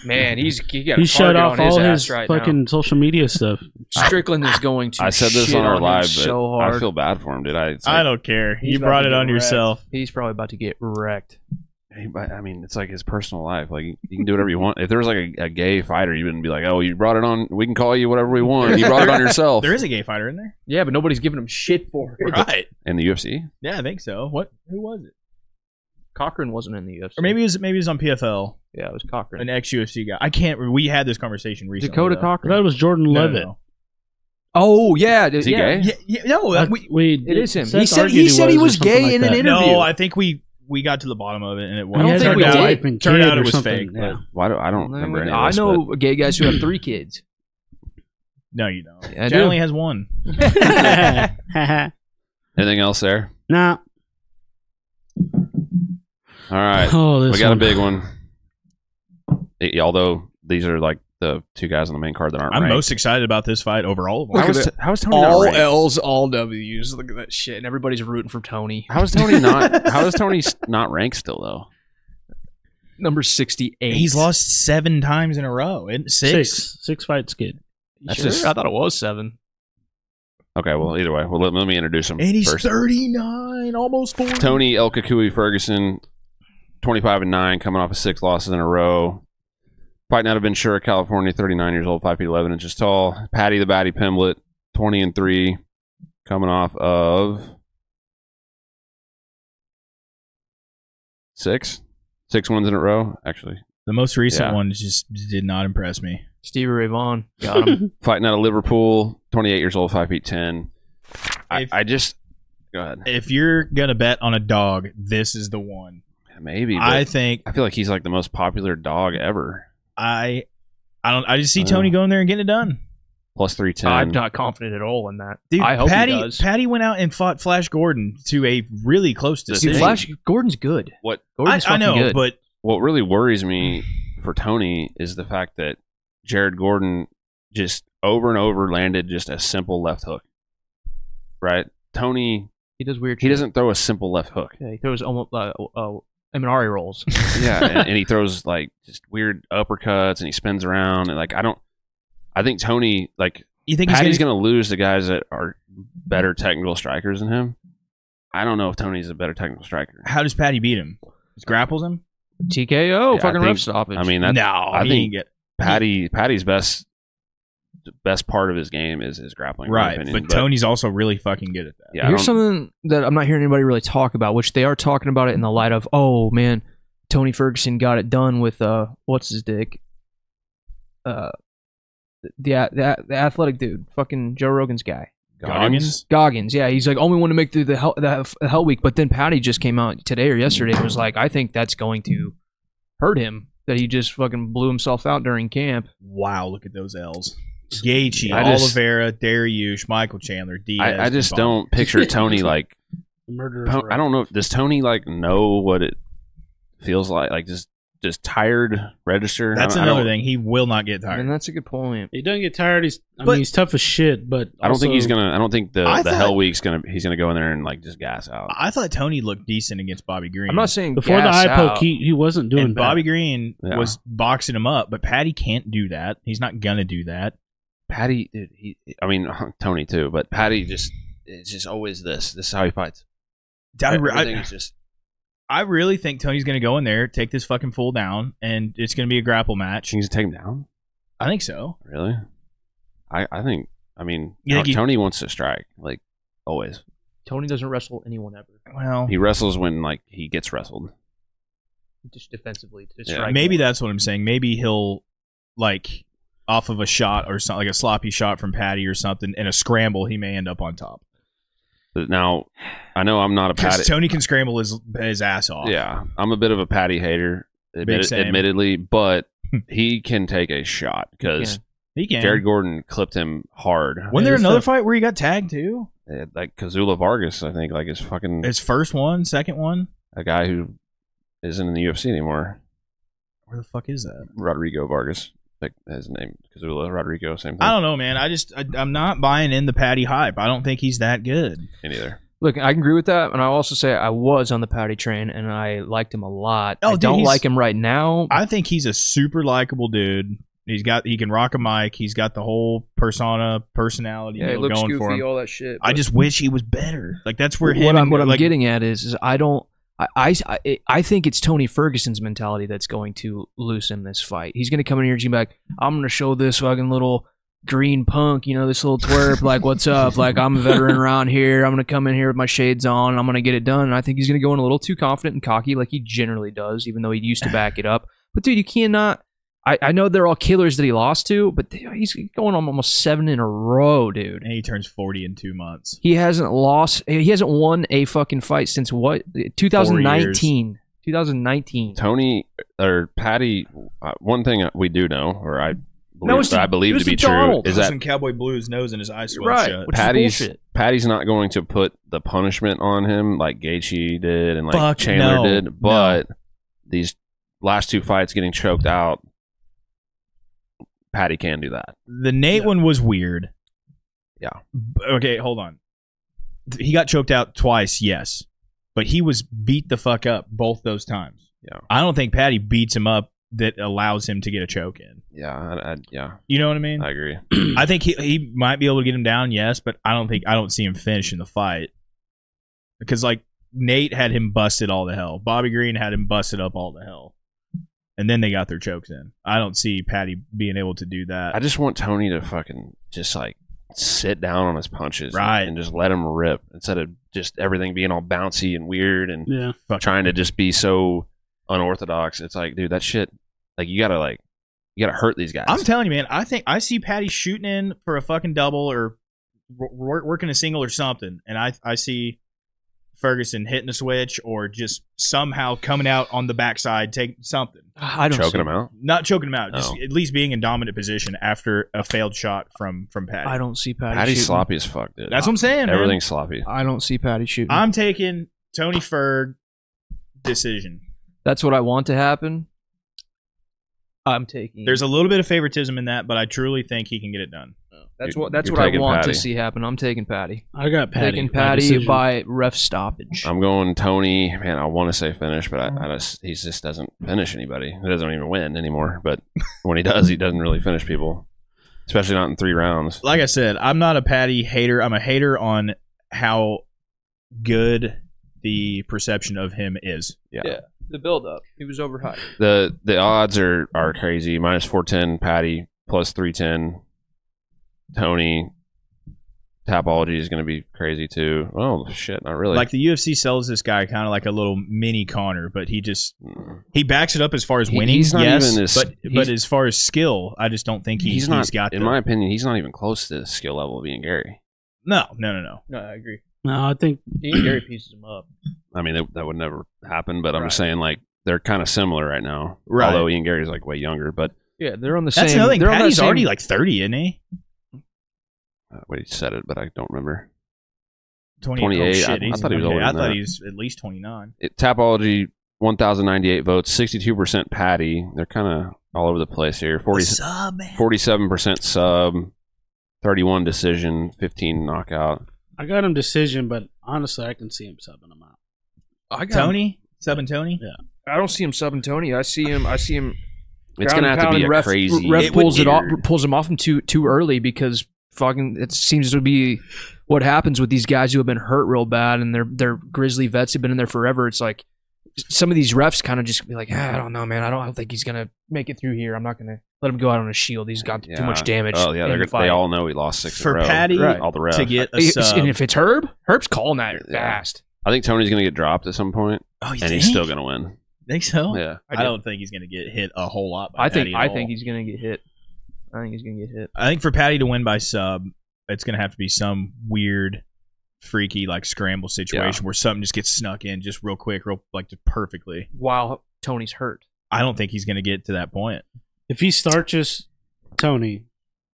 Man, he's he Oh. got
he
a
shut
target
off
on his
all
ass
his
right
fucking social media stuff.
now. Strickland is going to.
I said this
shit
on our
him
live, but
so hard.
I feel bad for him, dude. I, it's
I
like,
don't care.
He's
You
about
brought
to
it
get
on
wrecked.
yourself.
He's probably about to get wrecked.
he- but, I mean, it's like his personal life. Like you can do whatever you want. If there was like a, a gay fighter, you wouldn't be like, "Oh, you brought it on. We can call you whatever we want. You brought it on yourself."
There is a gay fighter in there,
Yeah, but nobody's giving him shit for it.
right?
in the UFC.
Yeah, I think so. What? Who was it?
Cochran wasn't in the UFC.
Or maybe it was maybe it was on PFL,
yeah, it was
an
Cochran.
ex UFC guy. I can't. re- We had this conversation recently.
Dakota
though.
I thought it
Cochran.
was Jordan
No, no,
Levitt.
no.
Oh yeah,
Is he
yeah.
gay?
Yeah, yeah, no,
I-
we,
we-
It is him.
Seth
He said
argued
he said he
or
was
something
gay
like
in an
that.
interview.
no. I think we we got to the bottom of it, and it
I
don't
was.
think
turned
we
out,
did.
Wife and
Turned
kid
out
or
it was
something.
fake.
Yeah.
Why do I don't remember any of
I
this,
know
but-
gay guys who have three kids.
No, you don't.
I
John
do.
only has one.
anything else there?
nah.
All right,
Oh, this
we got
one.
a big one. Eh, Although these are like the two guys on the main card that aren't.
I'm
ranked.
most excited about this fight over all of them.
How is, how is Tony not
all
ranked?
L's, all W's. Look at that shit, and everybody's rooting for Tony.
How is Tony not? how is Tony s- not ranked still though?
Number sixty-eight.
He's lost seven times in a row. And six.
Six. Six fights good.
You
That's
sure?
just-
I thought it was seven.
Okay, well either way, well let, let me introduce him
And he's
first.
39, almost 40.
Tony El Kakui Ferguson, twenty-five and nine, coming off of six losses in a row. Fighting out of Ventura, California, thirty-nine years old, five feet eleven inches tall. Patty the Batty Pimblett, twenty and three, coming off of six, six wins in a row. Actually,
The most recent
Yeah.
one just did not impress me.
Stevie Ray Vaughan got him.
fighting out of Liverpool, twenty-eight years old, five feet ten. I,
If-
I just go ahead.
If you're going to bet on a dog, this is the one.
Maybe. But
I
I
think
I feel like he's like the most popular dog ever.
I I don't I just see
I
Tony
know.
going there and getting it done.
Plus three ten.
I'm not confident at all in that.
Dude,
I hope
Patty
he does.
Patty went out and fought Flash Gordon to a really close
Dude,
Dude,
decision.
Flash Gordon's good.
What-
Gordon's
I, I
fucking
know,
good.
but
What really worries me for Tony is the fact that Jared Gordon just over and over landed just a simple left hook. Right? Tony
he does weird.
he
shit.
doesn't throw a simple left hook.
Yeah, he throws almost uh, uh, Eminari rolls.
Yeah, and, and he throws like just weird uppercuts and he spins around and like I don't I think Tony like
you think
Patty's
he's going
gonna lose the guys that are better technical strikers than him. I don't know if Tony's a better technical striker.
to How does Patty beat him? Just grapples him?
TKO,
Yeah, I
fucking
think-
rough stoppage.
I mean, that,
no,
I
he
think-
ain't get
Patty Patty's best the best part of his game is his grappling. in my
right.
opinion.
but Tony's also really fucking good at that.
yeah, I don't-
Here's something that I'm not hearing anybody really talk about, which they are talking about it in the light of, oh man, Tony Ferguson got it done with uh, what's his dick, uh, the, a- the a- the athletic dude, fucking Joe Rogan's guy,
Goggins?
Goggins. Yeah, he's like, oh, we want to make through the hell, the the hell week, but then Patty just came out today or yesterday and was like, I think that's going to hurt him that he just fucking blew himself out during camp.
Wow, look at those L's. Gaethje,
I just-
Oliveira, Dariush, Michael Chandler, Diaz.
I, I just
Bonn.
don't picture Tony like.
Murderer.
I don't know. Does Tony like know what it feels like? Like just just tired register.
That's
I don't- I
another
don't-
thing. He will not get
And
tired.
that's a good point.
He doesn't get tired. He's. I
But-
mean, he's tough as shit. But
I don't think
also-
he's gonna. I don't think the
I
the
thought-
Hell Week's gonna. He's gonna go in there and like just gas out.
I thought Tony looked decent against Bobby Green.
I'm not saying
Before the
gas
eye
out.
poke, he, he wasn't doing
and
bad.
Bobby Green
Yeah.
was boxing him up, but Patty can't do that. He's not gonna do that.
Patty, dude, he, I mean Tony too, but Patty just it's just always this. This is how he fights.
I, I,
Everything's just
I really think Tony's gonna go in there, take this fucking fool down, and it's gonna be a grapple match.
he's take him down.
I think so.
Really? I I think I mean
You think
Tony,
he-
wants to strike like always.
Tony doesn't wrestle anyone ever.
Well,
He wrestles when like he gets wrestled.
just defensively to
Yeah.
strike.
Maybe that's what I'm saying. Maybe he'll like off of a shot or something, like a sloppy shot from Patty or something, and a scramble, he may end up on top
But now, I know I'm not a
because
patty.
Tony can scramble his his ass off.
yeah, I'm a bit of a patty hater, admitted,
same.
admittedly, but he can take a shot because
he can.
Jared Gordon clipped him hard.
Wasn't there
Yeah,
another
it's
fight where he got tagged too?
Uh, Like Kazula Vargas, I think, like is fucking
His first one, second one.
a guy who isn't in the UFC anymore.
Where the fuck is that?
Rodrigo Vargas, like his name, Kazula Rodrigo, same
I
thing.
don't know, man. I just I, I'm not buying in the Patty hype. I don't think he's that good.
Me neither.
Look, I can agree with that, and I also say I was on the Patty train, and I liked him a lot.
Oh,
I
dude,
don't
he's-
like him right now.
I think he's a super likable dude. He's got he can rock a mic. He's got the whole persona personality
yeah, he
deal
looks
going
goofy,
for him.
all that shit.
I
but-
just wish he was better. Like that's where him.
what I'm
and-
what I'm
like,
getting at is, is I don't. I, I, I- I think it's Tony Ferguson's mentality that's going to lose him this fight. He's going to come in here and be like, I'm going to show this fucking little green punk, you know, this little twerp, like, what's up? Like, I'm a veteran around here. I'm going to come in here with my shades on. and I'm going to get it done. And I think he's going to go in a little too confident and cocky, like he generally does, even though he used to back it up. But, dude, you cannot. I, I know they're all killers that he lost to, but they- he's going on almost seven in a row, dude.
And he turns forty in two months.
He hasn't lost. He hasn't won a fucking fight since what? 2019. 2019.
Tony or Patty. Uh, one thing we do know, or I believe,
No, it's the-
I believe
it was
to be
the Donald.
true, is
Put
that
some cowboy blues nose in his eyes swell
Right.
shut.
Which is
Patty's
bullshit.
Patty's not going to put the punishment on him like Gaethje did and like
Fuck
Chandler
no.
did, but these last two fights getting choked out, Patty can do that.
The Nate one was weird.
Yeah.
B- Okay, hold on. Th- He got choked out twice, yes, but he was beat the fuck up both those times.
Yeah.
I don't think Patty beats him up that allows him to get a choke in.
Yeah, I, I, yeah,
You know what I mean?
I agree.
I think he he might be able to get him down, yes, but I don't think I don't see him finishing the fight because like Nate had him busted all the hell. Bobby Green had him busted up all the hell, and then they got their chokes in. I don't see Patty being able to do that.
I just want Tony to fucking just like sit down on his punches,
Right.
and just let him rip instead of just everything being all bouncy and weird and
Yeah.
trying to just be so unorthodox. It's like, dude, that shit. Like you gotta like you gotta hurt these guys.
I'm telling you, man. I think I see Patty shooting in for a fucking double or wor- wor- working a single or something, and I I see Ferguson hitting a switch or just somehow coming out on the backside, take something.
Ah, I don't see,
choking him out.
not choking him out, just
Oh.
at least being in dominant position after a failed shot from from Patty.
I don't see Patty.
Patty's
shooting.
sloppy as fuck, dude.
That's what I'm saying. man.
Everything's sloppy.
I don't see Patty shooting.
I'm taking Tony Ferg decision.
That's what I want to happen. I'm taking.
There's a little bit of favoritism in that, but I truly think he can get it done.
that's
You're-
what that's
you're
what I
taking
want
Patty.
to see happen. I'm taking Patty.
I got Patty.
taking
by
Patty
decision.
by ref stoppage.
I'm going Tony. Man, I want to say finish, but I, I
Mm.
just he just doesn't finish anybody. He doesn't even win anymore. But when he does, he doesn't really finish people, especially not in three rounds.
Like I said, I'm not a Patty hater. I'm a hater on how good the perception of him is.
the build up. He was overhyped.
the The odds are are crazy. Minus four ten, Patty plus three ten, Tony. Tapology is going to be crazy too. Oh shit, not really.
Like the UFC sells this guy kind of like a little mini Connor, but he just
Mm.
he backs it up as far as
He-
winning.
he's not
yes,
even as-
but but
he's-
as far as skill, I just don't think he,
he's not.
he's got
in
the-
my opinion, he's not even close to the skill level of being Gary.
No, no, no, no.
No, I agree.
No, I think
Ian Gary pieces him up.
I mean, that, that would never happen. But I'm just saying, like they're kind of similar right now.
Right.
Although Ian Gary's like way younger, but
Yeah, they're on the
That's
same.
another thing.
they're on that
Patty's
same-
already like thirty, isn't he?
uh, wait, he said it, but I don't remember.
20,
28.
Oh, shit,
I- I
he's-
thought he was
okay,
older
I
than
thought
that.
he was at least twenty nine.
It, Tapology 1,098 votes, 62 percent Patty. They're kind of all over the place here. 40,
Sub man.
47 percent sub, 31 decision, 15 knockout.
I got him decision, but honestly, I can see him subbing him out.
I got
Tony, sub and Tony.
Yeah.
I don't see him subbing Tony. I see him. I see him.
It's
ground
gonna
and
have to be
pound,
a
ref,
crazy.
Ref
It would-
pulls it off.
weird-
Pulls him off him too too early because fucking it seems to be what happens with these guys who have been hurt real bad and they're they're grizzly vets have been in there forever. It's like some of these refs kind of just be like, ah, I don't know, man. I don't, I don't think he's gonna make it through here. I'm not gonna let him go out on a shield. He's got
Yeah.
too much damage.
Oh yeah,
in
they're,
the
they
fight.
all know he lost six in
For
a row.
Patty
Right.
all the refs.
To get a
It's-
sub.
and if it's Herb, Herb's calling that
Yeah.
fast.
I think Tony's gonna get dropped at some point,
oh, you
and he's
think?
still gonna win.
Think so?
Yeah.
I, don't think he's going to get hit a whole lot. By
I think
Patty at
I
all.
think he's gonna get hit. I think he's gonna get hit.
I think for Patty to win by sub, it's going to have to be some weird, freaky like scramble situation where something just gets snuck in just real quick, real like just perfectly.
While Tony's hurt,
I don't think he's going to get to that point.
If he starches Tony,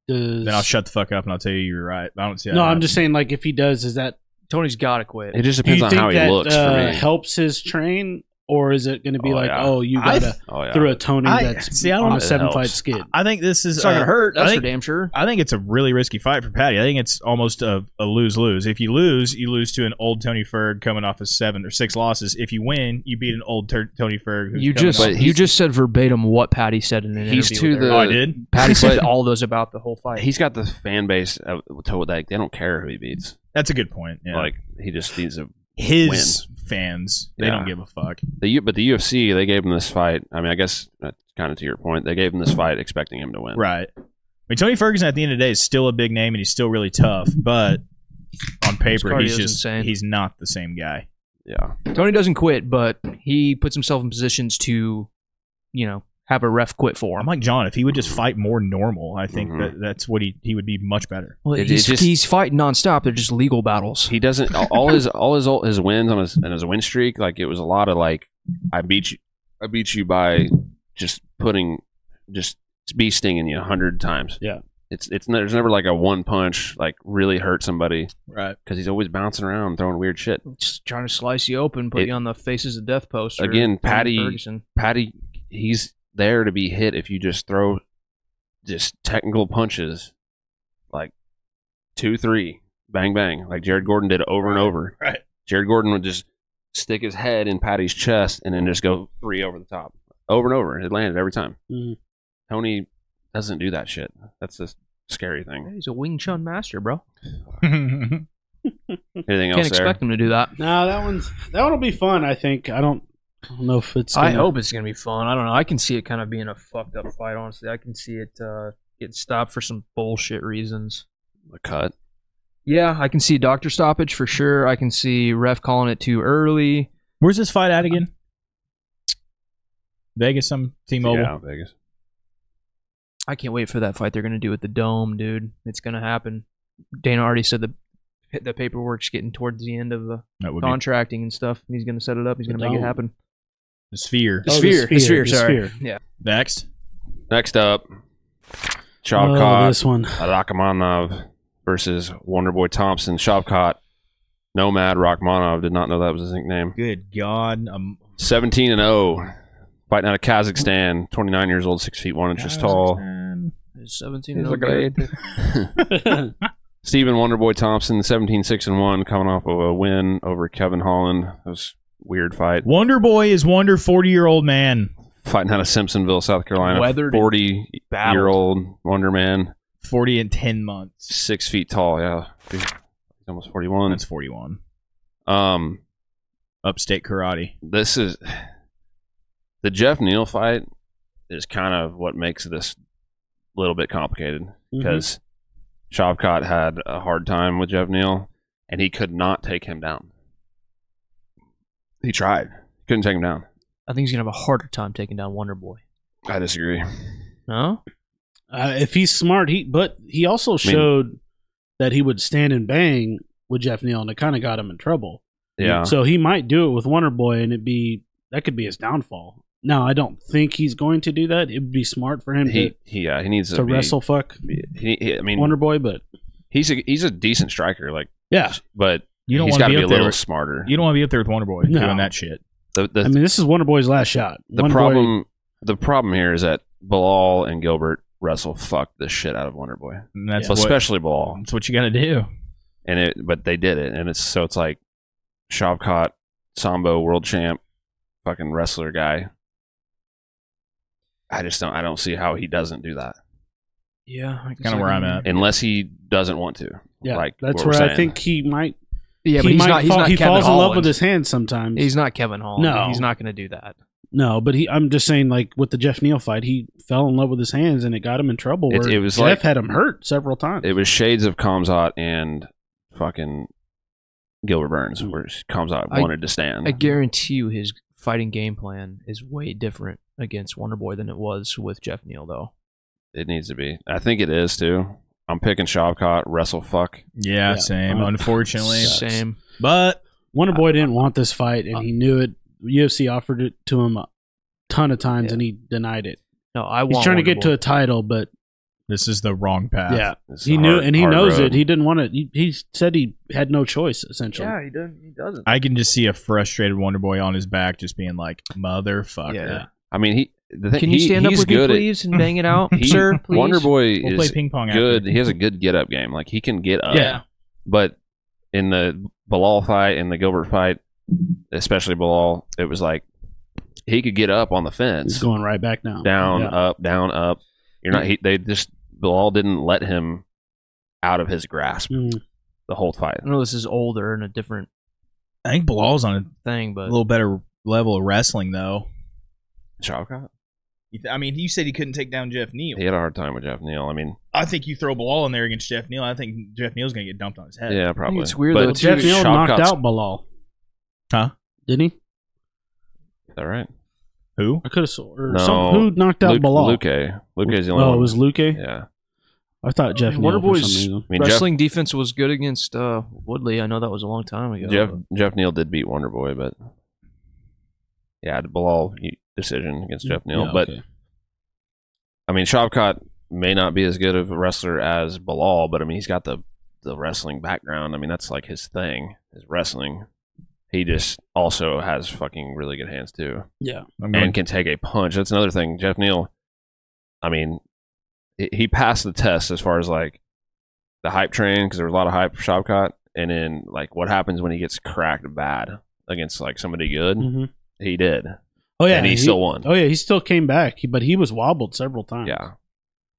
does
Then I'll shut the fuck up and I'll tell you you're right. I don't see. That
no? I'm
happening.
just saying, like, if he does, is that
Tony's gotta quit.
It just
do
depends
you
on
think
how he
that
looks
uh,
for me.
helps his train, or is it going to be
Oh,
like,
yeah.
oh, you
I
got
th-
to
oh yeah.
throw a Tony
I-
that's
see, I don't
on
know.
a seven
It
fight
helps.
skid?
I think this is
it's not
uh,
gonna hurt. That's
I
for
think,
damn sure.
I think it's a really risky fight for Patty. I think it's almost a, a lose lose. If you lose, you lose to an old Tony Ferg coming off of seven or six losses. If you win, you beat an old ter- Tony Ferg. who's
You
coming
just
off-
But
you just said verbatim what Patty said in an
He's
interview.
to
with
oh,
Eric.
I
the-
did.
Patty said
but-
all those about the whole fight.
He's got the fan base uh, to like they don't care who he beats.
That's a good point. Yeah.
Like he just needs a.
his fans, they
Yeah.
don't give a fuck.
The U, but the UFC they gave him this fight. I mean, I guess that's kind of to your point. They gave him this fight expecting him to win.
Right. I mean, Tony Ferguson at the end of the day is still a big name and he's still really toff, but on paper
cardio
he's
is
just
insane.
he's not the same guy.
Yeah.
Tony doesn't quit, but he puts himself in positions to, you know, have a ref quit for
I'm
him.
like John, if he would just fight more normal, I think
Mhm.
that that's what he he would be much better.
Well,
It- it
he's,
just-
he's fighting nonstop. They're just legal battles.
He doesn't all- all his all his all his wins on his and his win streak. Like it was a lot of like I beat you, I beat you by just putting just bee stinging you a hundred times.
Yeah.
It's it's ne- there's never like a one punch like really hurt somebody
Right.
because he's always bouncing around and throwing weird shit.
Just trying to slice you open, put
It-
you on the faces of death post. or
Again,
Tony
Patty-
Ferguson.
Patty, he's there to be hit if you just throw just technical punches, like two, three, bang, bang, like Jared Gordon did over and over.
Right.
Jared Gordon would just stick his head in Patty's chest and then just go three over the top, over and over. It landed every time.
Mm.
Tony doesn't do that shit. That's the scary thing.
He's a Wing Chun master, bro.
I
Anything
Can't
else there?
expect him to do that.
No, that one's that one will be fun. I think. I don't, I don't know if it's.
I
gonna-
hope it's gonna be fun. I don't know. I can see it kind of being a fucked up fight. Honestly, I can see it uh, getting stopped for some bullshit reasons.
A cut.
Yeah, I can see doctor stoppage for sure. I can see ref calling it too early.
Where's this fight at again? Vegas, some T-Mobile.
Yeah, Vegas.
I can't wait for that fight they're gonna do at the dome, dude. It's gonna happen. Dana already said the the paperwork's getting towards the end of the
That would be
contracting and stuff. He's gonna set it up. He's
The
gonna make it
Dome.
happen.
the Sphere.
The
Oh,
sphere, the sphere,
the
sorry.
sphere.
Next.
Next up,
Oh,
Chalcott.
this one.
Rachmanov versus Wonderboy Thompson. Shavkat Nomad Rachmanov did not know that was his nickname.
Good God. Um,
17 and 0, fighting out of Kazakhstan. 29 years old, six feet one inches tall.
Kazakhstan.
It's Seventeen.
He's
and
looking
over.
Stephen Wonderboy Thompson, 17 6 and 1, coming off of a win over Kevin Holland. That was a weird fight.
Wonder Boy is Wonder 40 year old man.
Fighting out of Simpsonville, South Carolina.
Weathered and
40 year old Wonder Man,
40 and 10 months.
six feet tall. Yeah, he's almost 41.
That's 41.
Um,
Upstate karate.
this is the Jeff Neal fight is kind of what makes this a little bit complicated because Shavkat had a hard time with Jeff Neal and he could not take him down. He tried, couldn't take him down.
I think he's gonna have a harder time taking down Wonder Boy.
I disagree.
No,
Uh, if he's smart, he but he also showed that he would stand and bang with Jeff Neal, and it kind of got him in trouble.
Yeah,
So he might do it with Wonder Boy, and it'd be that could be his downfall. Now I don't think he's going to do that. It'd be smart for him
he he uh, he needs
to,
to,
to
be-
wrestle fuck
He, he- I mean,
Wonder Boy, but
he's a he's a decent striker, like
yeah,
but
You don't
he's
want
got
to
to
be
be a
up there.
little
With,
smarter.
you don't want to be up there with Wonder Boy
No.
doing that shit.
The, the,
I mean this is Wonder Boy's last shot.
the
Wonder Boy,
problem the problem here is that Bilal and Gilbert wrestle fucked the shit out of Wonder Boy.
And that's,
Well,
what,
especially Bilal.
that's what you got to do.
And it but they did it and it's so it's like Shavkat, Sambo, world champ, fucking wrestler guy. I just don't I don't see how he doesn't do that.
yeah, I can
Kinda
see
where
it.
I'm at.
Unless he doesn't want to.
yeah,
like
that's
what we're
where I
saying.
think he might.
Yeah, but
he
he's
might
not. He's
fall-
not
he
Kevin
falls in love
Holland.
with his hands sometimes.
He's not Kevin Holland.
No.
he's not going to do that.
no, but he. I'm just saying, like with the Jeff Neal fight, he fell in love with his hands, and it got him in trouble.
It-
Where
it was
Jeff
like-
had him hurt several times.
It was shades of Kamzat and
Mm.
fucking Gilbert Burns, where Kamzat
I-
wanted to stand.
I guarantee you, his fighting game plan is way different against Wonder Boy than it was with Jeff Neal, though.
It needs to be. I think it is too. I'm picking Shavkat, wrestle fuck.
Yeah,
Yeah.
same.
Uh,
unfortunately,
Same.
but
Wonder Boy didn't want this fight,
Uh,
and he knew it. UFC offered it to him a ton of times,
Yeah.
and he denied it.
No, I want.
He's trying to get to
Wonderboy.
a title, but
this is the wrong path.
yeah,
It's
he
a
knew,
hard-
and he
hard
knows
road.
it. He didn't want to. He, he said he had no choice, essentially.
he doesn't. He doesn't.
I can just see a frustrated Wonder Boy on his back, just being like, "Motherfucker."
Yeah.
I mean, he. The thing,
Can you
he-
stand up
he's
with me,
good at-
please, and bang it out,
he-
sir? Please.
Wonder Boy
We'll play
is
ping pong.
good.
After.
He has a good get up game. Like he can get up.
Yeah.
But in the Bilal fight and the Gilbert fight, especially Bilal, it was like he could get up on the
He's
fence,
going right back now.
down,
Yeah.
up, down, up. You're not. He, they just Bilal didn't let him out of his grasp
Mm.
the whole fight.
I know this is older and a different
I think Bilal's on
thing,
a
but
little better level of wrestling, though.
Shavkat,
You th- I mean, you said he couldn't take down Jeff Neal.
he had a hard time with Jeff Neal. I mean,
I think you throw Bilal in there against Jeff Neal. I think Jeff Neal's gonna get dumped on his head.
yeah, probably.
it's weird
But
though,
Well,
too,
Jeff Neal knocked
Shavkat's-
out Bilal.
Huh?
Didn't he?
Is that right?
Who?
I could have saw. Or
No.
some- who knocked out
Luke,
Bilal?
Luke. Luke is the only
Oh,
one.
it was Luke.
yeah.
I thought Jeff
Man,
Neal for
Wonderboy's-
some reason.
I mean, Jeff,
wrestling defense was good against uh, Woodley. I know that was a long time ago.
Jeff
but-
Jeff Neal did beat Wonder Boy, but yeah, the Bilal he- decision against Jeff Neal.
Yeah,
but
okay.
I mean, Shavkat may not be as good of a wrestler as Bilal, but I mean, he's got the the wrestling background. I mean, that's like his thing, his wrestling. He just also has fucking really good hands too,
yeah,
I'm going,
and can take a punch. That's another thing, Jeff Neal. I mean, he- he passed the test as far as like the hype train because there was a lot of hype for Shavkat, and then like what happens when he gets cracked bad against like somebody good.
Mhm.
He did.
Oh yeah,
and he, still won.
Oh yeah, he still came back, he- but he was wobbled several times.
Yeah.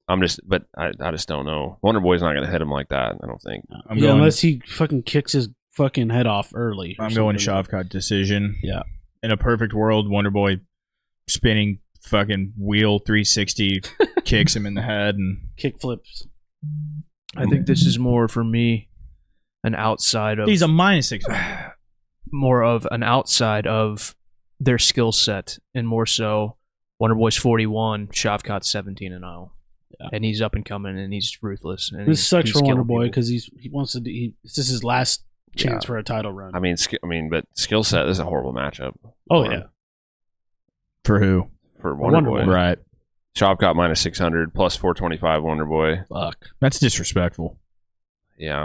I'm just, but I, I just don't know. Wonder Boy's not going to hit him like that. I don't think.
I'm
yeah,
going-
unless he fucking kicks his fucking head off early. or
I'm going
something.
Shavkat decision.
Yeah.
In a perfect world, Wonder Boy spinning fucking wheel 360 kicks him in the head and
Kick flips.
I think this is more for me an outside of
he's a minus six.
more of an outside of their skill set and more so Wonderboy's 41, Shavkat's 17 and 0.
Yeah.
And he's up and coming and he's ruthless. And
This
he's-
sucks
he's
for
killing
Wonder Boy
people.
because he's he wants to. do- He, this is his last chance for a title run.
I mean, sk- I mean, but skill set this is a horrible matchup.
oh
for-
yeah,
For who?
for Wonder,
Wonder
Boy.
Right.
Chopcott minus six hundred plus four twenty five. Wonder Boy.
fuck.
That's disrespectful.
Yeah,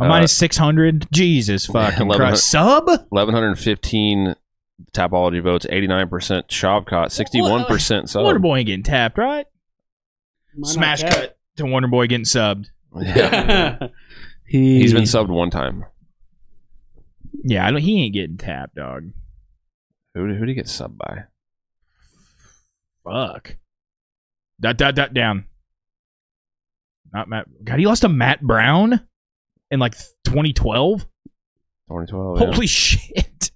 A
Uh,
minus 600? Jesus fucking
1100
Christ. Sub?
eleven hundred fifteen topology votes. Eighty nine percent Chopcott. Sixty one percent sub.
Wonder Boy ain't getting tapped, right? Smash cut to Wonder Boy getting subbed.
Yeah.
he
He's been subbed one time.
Yeah, I don't, he ain't getting tapped, dog.
Who who did he get subbed by?
Fuck. Dot dot dot down. Not Matt. God, he lost to Matt Brown in like 2012.
Twenty twelve. Oh, Yeah.
Holy shit!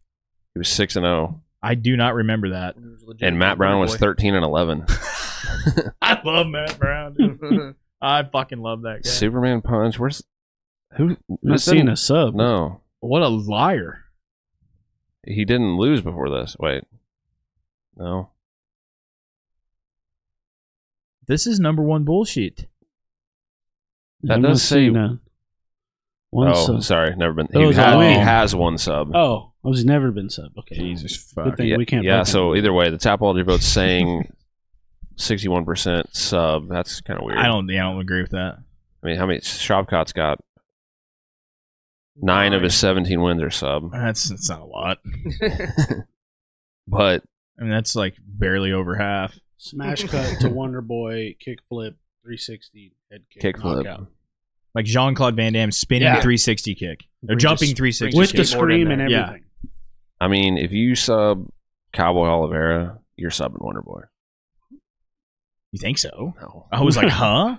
He was six and zero,
I do not remember that.
It was legit
and Matt Brown was
Wonderboy.
thirteen and eleven.
I love Matt Brown. dude. I fucking love that guy.
Superman punch. Where's who?
not
who's in-
seeing a sub.
No,
What a liar!
he didn't lose before this. Wait, no,
This is number one bullshit.
That
I'm
does
not
say-
seeing a- one
oh,
sub.
sorry, never been.
That
He,
was a
ha- he
win.
has one sub.
Oh, I was never been sub. Okay, Good
fuck.
thing
yeah,
we can't.
yeah.
pick
So
him.
either way, the topology vote's saying sixty-one percent sub. That's kind of weird.
I don't. Yeah, I don't agree with that.
I mean, how many Shavkat's got? Nine of his seventeen wins are sub,
That's that's not a lot.
but
I mean, that's like barely over half.
smash cut to Wonder Boy, kick flip, 360 head kick,
kickflip.
knockout.
Like Jean Claude Van Damme spinning
Yeah.
360 kick or
Bridges-
jumping 360
with the
kick.
scream and
there. Yeah.
everything.
I mean, if you sub Cowboy Oliveira, you're subbing Wonder Boy.
You think so?
No,
I was like, huh?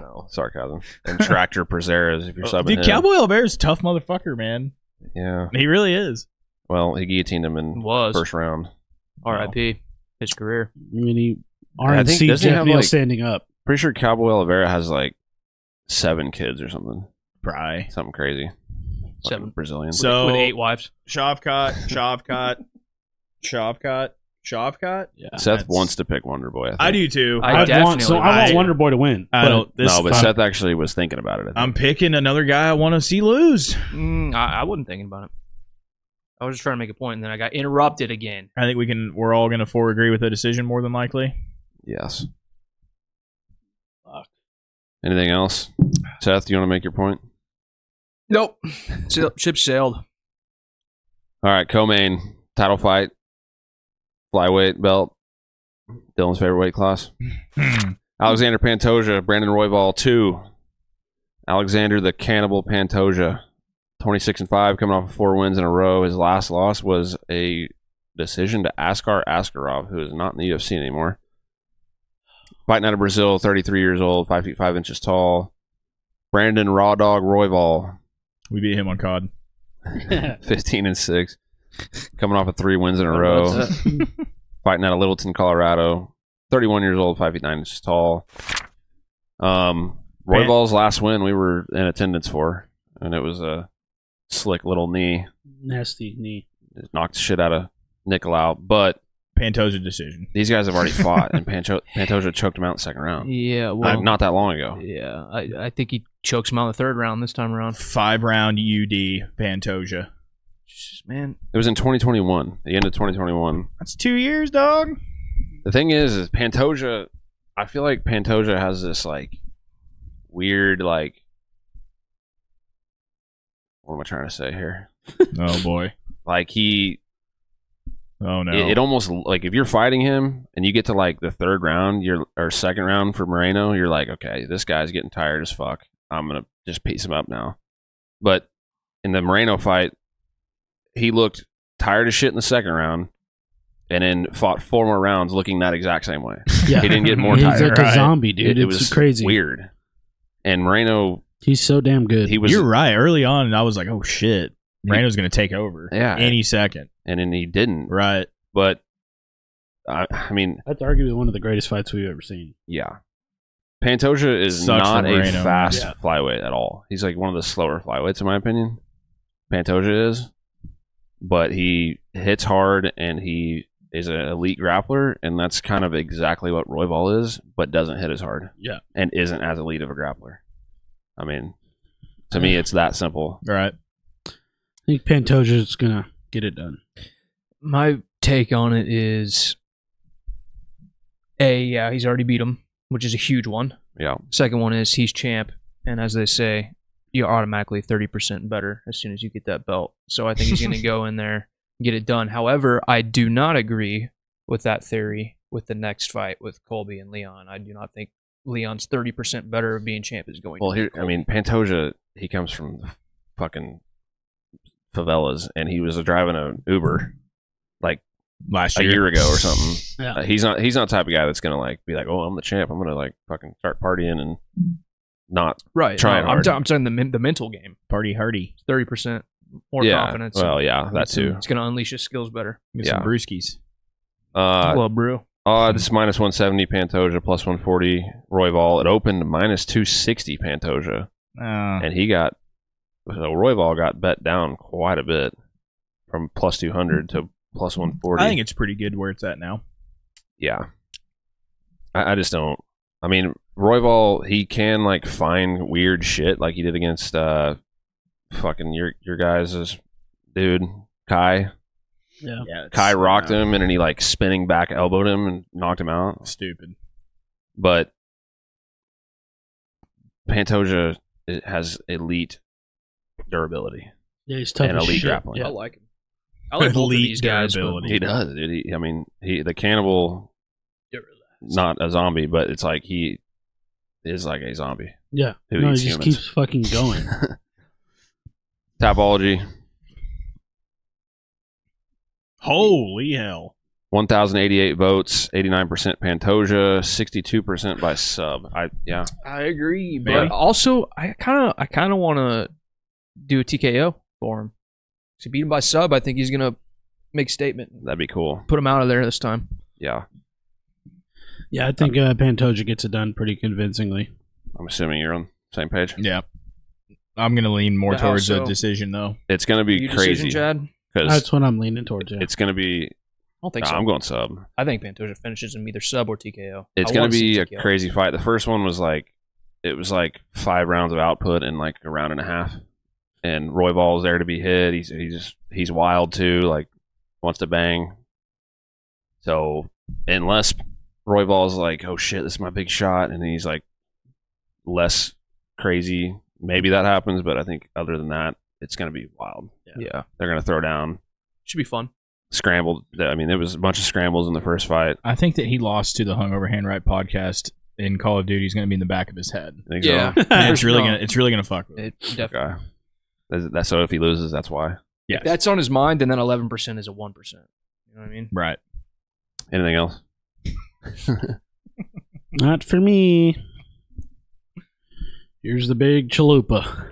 no sarcasm. And Tractor Prezeras, if you're subbing
Oh, Dude,
him.
Cowboy Albert's a tough motherfucker, man.
Yeah.
He really is.
Well, he guillotined him in
was
first round.
RIP his career.
I mean, he
I think- doesn't
RNC
he
Jeff
have,
Neal
like-
standing up.
Pretty sure Cowboy Oliveira has like seven kids or something,
Pry.
something crazy. Fucking
Seven.
Brazilian.
So-
with eight wives.
Shavkat, Shavkat. Shavkat. Shavkat. Yeah.
Seth
that's-
wants to pick Wonder Boy. I, think.
I do too.
I
I'd want,
definitely
so I want
would.
Wonder Boy to win.
I
but
don't. This
no, but
I'm,
Seth actually was thinking about it. I think.
I'm picking another guy I want to see lose.
Mm, I, I wasn't thinking about it. I was just trying to make a point, and then I got interrupted again.
I think we can. We're all going to four agree with the decision more than likely.
yes. Anything else, Seth? You want to make your point?
Nope. Ship sailed.
All right, co-main title fight, flyweight belt, Dylan's favorite weight class. Alexander Pantoja, Brandon Royval two. Alexander the Cannibal Pantoja, twenty six and five, coming off of four wins in a row. His last loss was a decision to Askar Askarov, who is not in the UFC anymore. Fighting out of Brazil, thirty three years old, five feet five inches tall. Brandon Raw Dog Royval,
We beat him on COD.
15 and 6 coming off of three wins in a row fighting out of littleton colorado 31 years old 5 feet 9 inches tall um roy
Man.
ball's last win we were in attendance for and it was a slick little knee
nasty knee.
it knocked the shit out of nicolau but
Pantoja decision.
these guys have already fought and Pancho- pantoja choked him out in the second round
Yeah,
Like,
well,
not that long ago
Yeah, I, I think he chokes him out in the third round this time around.
Five round UD Pantoja.
Jesus, man,
it was in 2021 the end of 2021
That's two years, dog.
The thing is, is Pantoja. I feel like Pantoja has this like weird like. What am I trying to say here?
Oh boy.
Like he,
Oh no.
it, it almost like if you're fighting him and you get to like the third round, you're or second round for Moreno, you're like, okay, this guy's getting tired as fuck. I'm gonna just piece him up now. But in the Moreno fight, he looked tired as shit in the second round, and then fought four more rounds looking that exact same way.
Yeah.
He didn't get more
He's
tired.
like a
Right.
zombie, dude.
It, it
it's
was
crazy.
weird. And Moreno,
He's so damn good.
he was,
You're right. Early on, I was like, oh shit, Moreno's going to take over.
Yeah.
Any second.
and then he didn't.
Right.
But I, I mean,
That's arguably one of the greatest fights we've ever seen.
yeah, Pantoja is
Sucks for
not a
Moreno.
fast
Yeah.
flyweight at all. He's like one of the slower flyweights, in my opinion. Pantoja is, but he hits hard and he is an elite grappler, and that's kind of exactly what Royval is, but doesn't hit as hard.
Yeah.
and isn't as elite of a grappler. I mean, to me, it's that simple.
Right.
I think Pantoja's gonna get it done.
my take on it is, a yeah, he's already beat him, which is a huge one.
Yeah.
Second one is he's champ, and as they say, you're automatically thirty percent better as soon as you get that belt. So I think he's going to go in there and get it done. However, I do not agree with that theory with the next fight with Colby and Leon. I do not think Leon's thirty percent better of being champ is going.
Well,
to
here, I mean, Pantoja, he comes from the fucking favelas, and he was driving an Uber
Last
a
year.
year ago or something.
Yeah.
Uh, he's not, he's not the type of guy that's gonna like be like, oh, I'm the champ. I'm gonna like fucking start partying and not.
right.
try
no, I'm,
hard.
t- I'm saying the men- the mental game.
Party Hardy.
Thirty percent more
yeah.
confidence.
Well, yeah, that too.
It's going to unleash his skills better.
Get some
Yeah.
brewskis.
Uh,
well, brew.
odds minus 170 Pantoja, plus 140 Royval. It opened minus 260 Pantoja,
Uh,
and he got so Royval got bet down quite a bit from plus 200 to plus 140.
I think it's pretty good where it's at now.
yeah. I, I just don't. I mean, Royval, he can like find weird shit like he did against uh, fucking your your guys' dude Kai.
Yeah.
uh,
Kai rocked him, and then he like spinning back elbowed him and knocked him out.
Stupid.
But Pantoja it has elite durability.
Yeah, he's tough
And
as
elite
shit.
grappling.
Yeah.
I like him. I like both of
Elite
these guys. but-
durability.
He does, dude. He, I mean, he the cannibal, not a zombie, but it's like he is like a zombie.
Yeah.
Who
no, he
eats
just
humans?
keeps fucking going.
Topology,
Holy hell.
1,088 votes, 89% Pantoja, 62% by sub. I yeah,
I agree, but
Maybe.
also I kind of I kind of want to do a TKO for him. If he beat him by sub, I think he's going to make a statement.
that'd be cool.
Put him out of there this time.
Yeah,
yeah, I think uh, Pantoja gets it done pretty convincingly.
I'm assuming you're on the same page.
Yeah. I'm going to lean more
But how
towards a
so?
decision, though.
It's gonna be
You
crazy
decision, Chad.
because
That's what I'm leaning towards. Yeah.
it's gonna be
don't think
Nah,
so.
I'm going sub.
I think Pantoja finishes him either sub or TKO.
It's
I
gonna
wanna see
be a
TKO.
crazy fight. The first one was like it was like five rounds of output in like a round and a half. And Roy Ball's there to be hit. He's he's just he's wild too, like wants to bang. So unless Roy Ball's like, Oh shit, this is my big shot and he's like less crazy, maybe that happens, but I think other than that, it's gonna be wild.
Yeah,
They're gonna throw down
should be fun.
scrambled I mean, there was a bunch of scrambles in the first fight.
I think that he lost to the Hungover Handwrite podcast in Call of Duty. Is going to be in the back of his head.
I think so.
Yeah,
And it's really
No.
gonna it's really gonna fuck with him.
It definitely.
Okay. That's, that's so if he loses, that's why.
Yes.
That's on his mind, and then eleven percent is a one percent. You know what I mean?
right.
Anything else?
Not for me. Here's the big chalupa.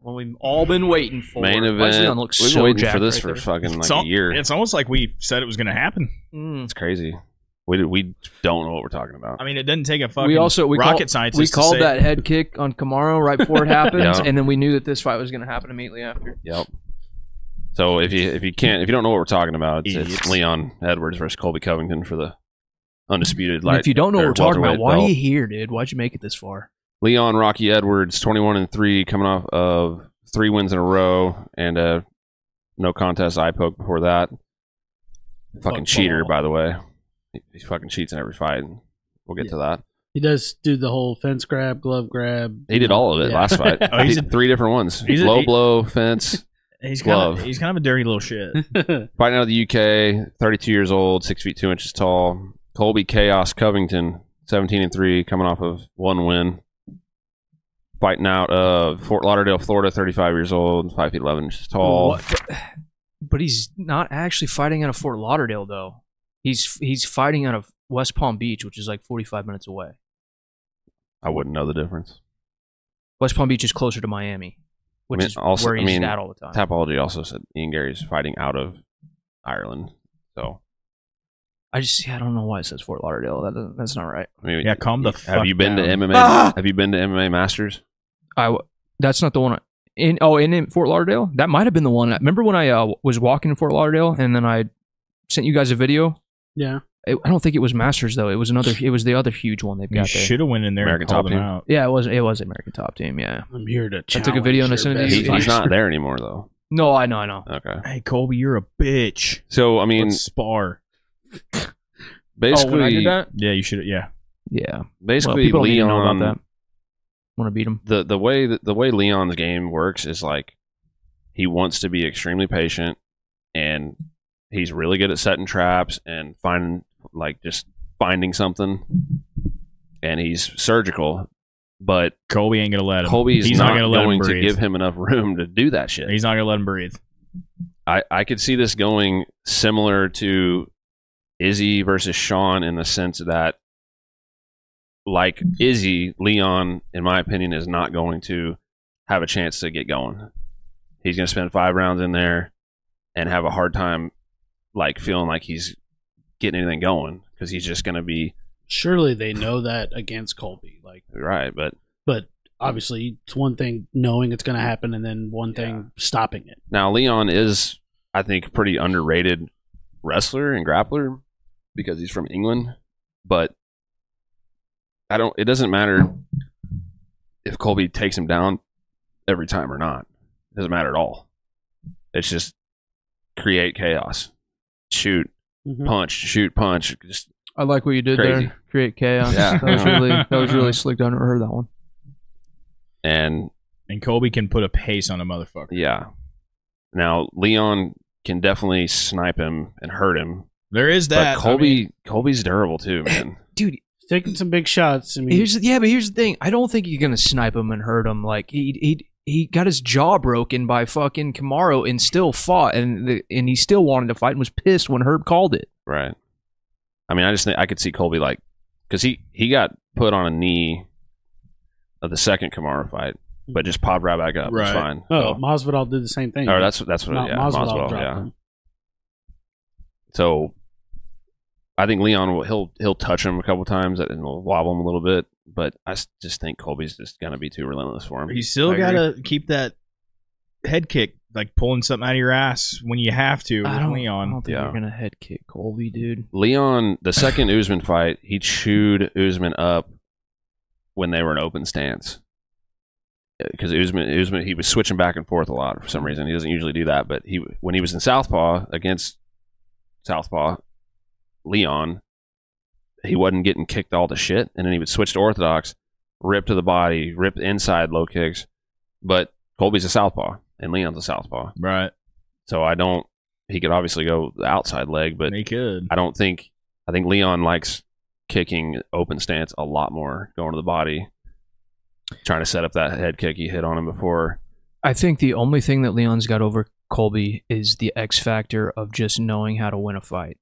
Well, we've all been waiting for.
Main
Lexington
event.
looks
We've
so
been waiting for
jacked
this
right
for
there.
fucking like
it's, al-
a year. It's
it's almost like we said it was going to happen.
Mm.
crazy. We did- we don't know what we're talking about.
I mean, it doesn't take a fucking
We also we
rocket
call-
scientist.
We
to
called
say-
that head kick on Camaro right before it happened,
Yeah.
and then we knew that this fight was going to happen immediately after.
Yep. So if you if you can't if you don't know what we're talking about, it's, it's
Idiots.
Leon Edwards versus Colby Covington for the undisputed
And
light.
if you don't know what
or
we're talking about,
welterweight
why are
belt.
you here, dude? Why'd you make it this far?
Leon Rocky Edwards, twenty one and three, coming off of three wins in a row and a no contest eye poke before that. Fucking
Fuck
cheater,
ball.
by the way. He, he fucking cheats in every fight. We'll get to that.
He does do the whole fence grab, glove grab.
He did all of it
Yeah.
last fight.
Oh,
he
he's
did
a-
three different ones:
he's a-
low
he-
blow, fence.
he's kind
glove.
of he's kind of a dirty little shit.
Fighting out of the UK, 32 years old, six feet two inches tall. Colby Chaos Covington, 17 and three, coming off of one win. Fighting out of Fort Lauderdale, Florida, 35 years old, five feet 11 inches tall.
What- But he's not actually fighting out of Fort Lauderdale, though. He's he's fighting out of West Palm Beach, which is like 45 minutes away.
I wouldn't know the difference.
West Palm Beach is closer to Miami, which
mean,
is
also-
where
I
he's
mean,
at all the time.
Tapology also said Ian Gary's fighting out of Ireland. So,
I just yeah, I don't know why it says Fort Lauderdale. That doesn't, that's not right.
I mean,
yeah, calm the fuck.
have you been
down.
to MMA?
Ah!
Have you been to MMA Masters?
I w- that's not the one. I, in oh, in, in Fort Lauderdale, that might have been the one. Remember when I uh, was walking in Fort Lauderdale and then I sent you guys a video.
yeah.
It, I don't think it was Masters though. It was another. It was the other huge one they've
You
got there.
should have went in there
American
and called
Top
him
Team.
out.
Yeah, it was. It was American Top Team. Yeah.
I'm here to
took a video and I sent it to
He-
you.
he's not there anymore, though.
No, I know. I know. Oh,
Okay.
Hey, Colby, you're a bitch.
So, I mean,
Let's spar.
Oh, when I
basically,
did that.
Yeah, you should. Yeah,
Yeah. Well,
basically
people don't need to
Leon.
know about that. Want to beat him?
The the way that the way Leon's game works is like he wants to be extremely patient, and he's really good at setting traps and finding like just finding something, and he's surgical. But
Colby ain't gonna let him.
Colby's
he's
not,
gonna let
going
him
to
breathe.
give him enough room to do that shit.
He's not gonna let him breathe.
I, I could see this going similar to Izzy versus Sean in the sense that, like Izzy, Leon, in my opinion, is not going to have a chance to get going. He's going to spend five rounds in there and have a hard time, like, feeling like he's getting anything going because he's just going to be
Surely they know that against Colby. Like,
right. But
but obviously it's one thing knowing it's going to happen, and then one thing stopping it.
Now Leon is, I think, a pretty underrated wrestler and grappler because he's from England, but I don't. It doesn't matter if Colby takes him down every time or not. It doesn't matter at all. It's just create chaos, shoot,
Hmm.
punch, shoot, punch. Just
I like what you did
Crazy.
there. Create chaos.
Yeah.
That was really that was really slick. I never heard that one.
and
And Colby can put a pace on a motherfucker.
yeah. Now Leon can definitely snipe him and hurt him,
There is that.
but
I
Colby
mean,
Colby's durable too, man.
Dude,
He's taking some big shots. I mean,
Here's the, yeah, but here's the thing. I don't think you're gonna snipe him and hurt him. Like he he he got his jaw broken by fucking Camaro and still fought and the, and he still wanted to fight and was pissed when Herb called it.
Right. I mean, I just think I could see Colby like because he he got put on a knee of the second Kamara fight, but just popped right back up. It's
Right.
fine. So-
oh, Masvidal did the same thing.
or that's that's what
Ma-
yeah,
Masvidal
Masvidal,
dropped
yeah.
him.
So I think Leon will he'll he'll touch him a couple times and he'll wobble him a little bit, but I s- just think Colby's just gonna be too relentless for him.
he's still
I
gotta keep that head kick like pulling something out of your ass when you have to.
I
With
don't, I
Leon,
don't think
yeah.
you're gonna head kick Colby, dude.
Leon, the second Usman fight, he chewed Usman up when they were in open stance. Because Usman, Usman, he was switching back and forth a lot for some reason. He doesn't usually do that, but he when he was in Southpaw against Southpaw Leon, he wasn't getting kicked all to shit, and then he would switch to Orthodox, rip to the body, rip inside low kicks. But Colby's a Southpaw and Leon's a Southpaw,
right?
so I don't. He could obviously go the outside leg, but
they could.
I don't think I think Leon likes kicking open stance a lot more, going to the body, trying to set up that head kick he hit on him before.
I think the only thing that Leon's got over Colby is the X factor of just knowing how to win a fight.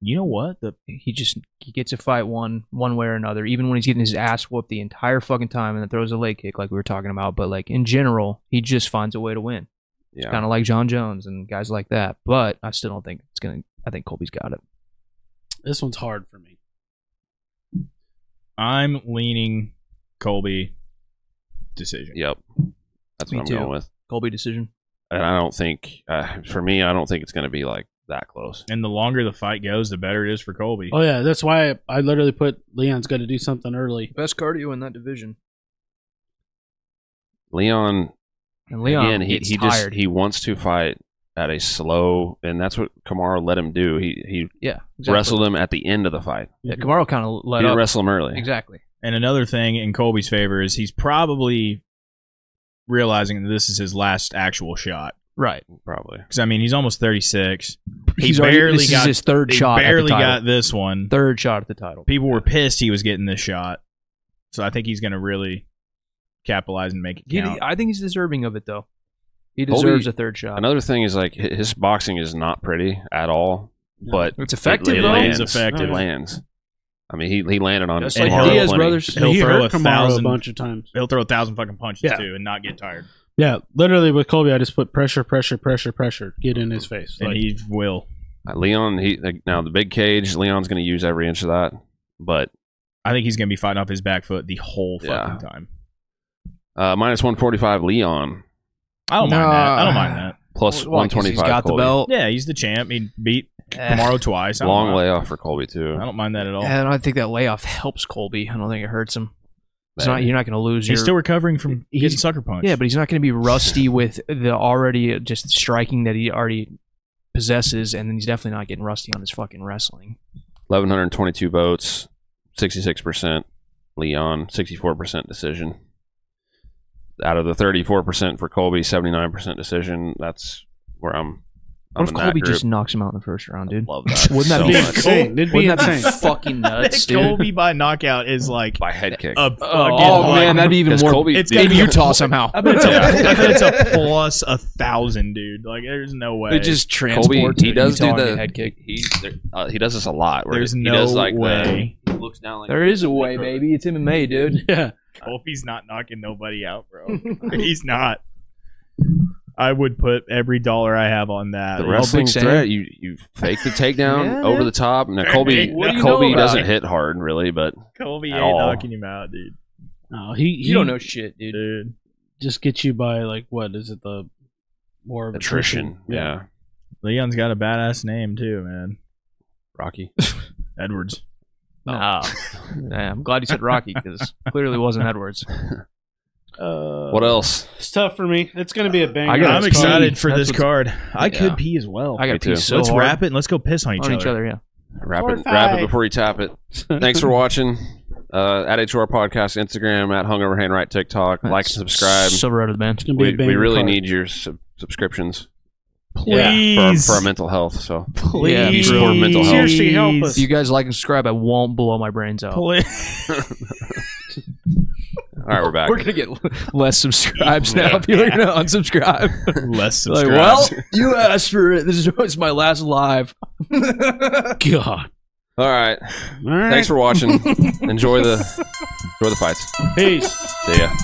You know what? The
He just he gets a fight one one way or another, even when he's getting his ass whooped the entire fucking time and then throws a leg kick like we were talking about. But like in general, he just finds a way to win.
Yeah,
Kind of like John Jones and guys like that. But I still don't think it's gonna I think Colby's got it.
This one's hard for me.
I'm leaning Colby decision.
yep, that's
Me
what I'm
too.
going with.
Colby decision.
And I don't think uh, for me, I don't think it's going to be like that close.
And the longer the fight goes, the better it is for Colby.
Oh yeah, that's why I, I literally put Leon's got to do something early.
Best cardio in that division.
Leon,
And Leon
again, he
gets
he
tired.
just he wants to fight at a slow, and that's what Kamara let him do. He he
yeah, exactly.
wrestled him at the end of the fight.
Yeah, Camaro kind of
He
let
didn't
up.
wrestle him early.
Exactly.
And another thing in Colby's favor is he's probably realizing that this is his last actual shot.
Right.
Probably.
Because I mean, he's almost 36. He
He's already-
barely
this
got
is his third
He
shot. at the
barely
title.
got this one.
third shot at the title.
People were pissed he was getting this shot, so I think he's going to really capitalize and make it
He-
count.
I think he's deserving of it though. He
Colby-
deserves a third shot.
Another thing is like hi- his boxing is not pretty at all, but
It's effective
it, it
though.
lands.
It's effective.
It lands. I mean, he, he landed on
Just
Kamara
like
plenty.
Diaz brothers.
He'll
he
throw
hurt
a
Kamaru
thousand-
a bunch of times.
He'll throw a thousand fucking punches
Yeah.
too and not get tired,
Yeah, literally with Colby, I just put pressure, pressure, pressure, pressure. Get in his face.
and
Like,
he will.
Uh, Leon. He like, now the big cage. Leon's going to use every inch of that. But
I think he's going to be fighting off his back foot the whole fucking
Yeah.
time.
uh, minus one forty five, Leon
I don't mind that. I don't mind that.
plus
Well,
one
'cause
twenty
He's got
five.
the belt.
Yeah, he's the champ. He beat
Eh,
Kamaru twice. I don't
Long
mind-
layoff for Colby too.
I don't mind that at all.
And I think that layoff helps Colby. I don't think it hurts him. It's
Maybe.
not, you're not going to lose.
He's
your-
still recovering from
He's-
getting sucker punched.
yeah, but he's not going to be rusty with the already just striking that he already possesses, and then he's definitely not getting rusty on his fucking wrestling.
Eleven hundred twenty two votes, sixty six percent. Leon sixty four percent decision. Out of the thirty four percent for Colby, seventy nine percent decision. That's where I'm. I'm
What
in
if
that
Colby
group.
just knocks him out in the first round, dude?
Love that.
Wouldn't that
so
be
much.
insane? It'd be
Wouldn't that
insane.
be fucking nuts, dude?
Colby by knockout is like
by head kick?
a fucking
Oh,
like-
man, that'd be even
Because
more.
Colby-
It's
dude,
in
gotta be-
Utah somehow.
I bet it's, a, I bet it's a plus a thousand, dude. Like, there's no way.
It just transports.
Colby, he
to
does
Utah
do
and
the
get head kick.
He there, uh, he does this a lot. Where
there's
he
no
does like the-
way.
he looks down like
There is a way, baby. It's MMA, dude.
yeah,
Kofi's not knocking nobody out, bro. He's not. I would put every dollar I have on that.
the wrestling
Public saying.
threat. You you fake the takedown
Yeah,
over
dude.
the top. Now Colby
What do you
Colby
know about
doesn't
it?
hit hard really, but
Kobe
At
ain't
all.
knocking him out, dude.
no, he, he
You don't know shit, dude.
Dude,
Just get you by like what is it the war of
attrition. Yeah,
Leon's got a badass name too, man.
Rocky.
Edwards.
No. Yeah, I'm glad you said Rocky because clearly wasn't Edwards.
Uh,
What else?
It's tough for me. It's gonna be a bang.
I gotta
I'm
pee.
excited for
That's
this
what's-
card. I could
Yeah.
pee as well.
I got
Me
to
too.
pee so
Oh, Let's
hard
wrap it. and Let's go piss on each
on
other.
each other. Yeah.
Wrap
Four
it,
or
wrap it
five.
before you tap it. Thanks for watching. Uh, at HR Podcast Instagram at Hungover Handwrite TikTok. Like and subscribe.
So road to the band.
It's gonna be
we,
a bang.
we really
card.
need your sub- subscriptions for,
Please,
for our mental health. So
please,
Yeah, for mental health.
Seriously, help us.
If you guys like and subscribe, I won't blow my brains out.
Please.
all right, we're back.
We're gonna get less subscribes now
Yeah.
if you're gonna unsubscribe.
Less
like,
subscribers.
well, you asked for it. This was my last live.
God.
all right.
All right.
Thanks for watching. enjoy the enjoy the fights.
Peace.
See ya.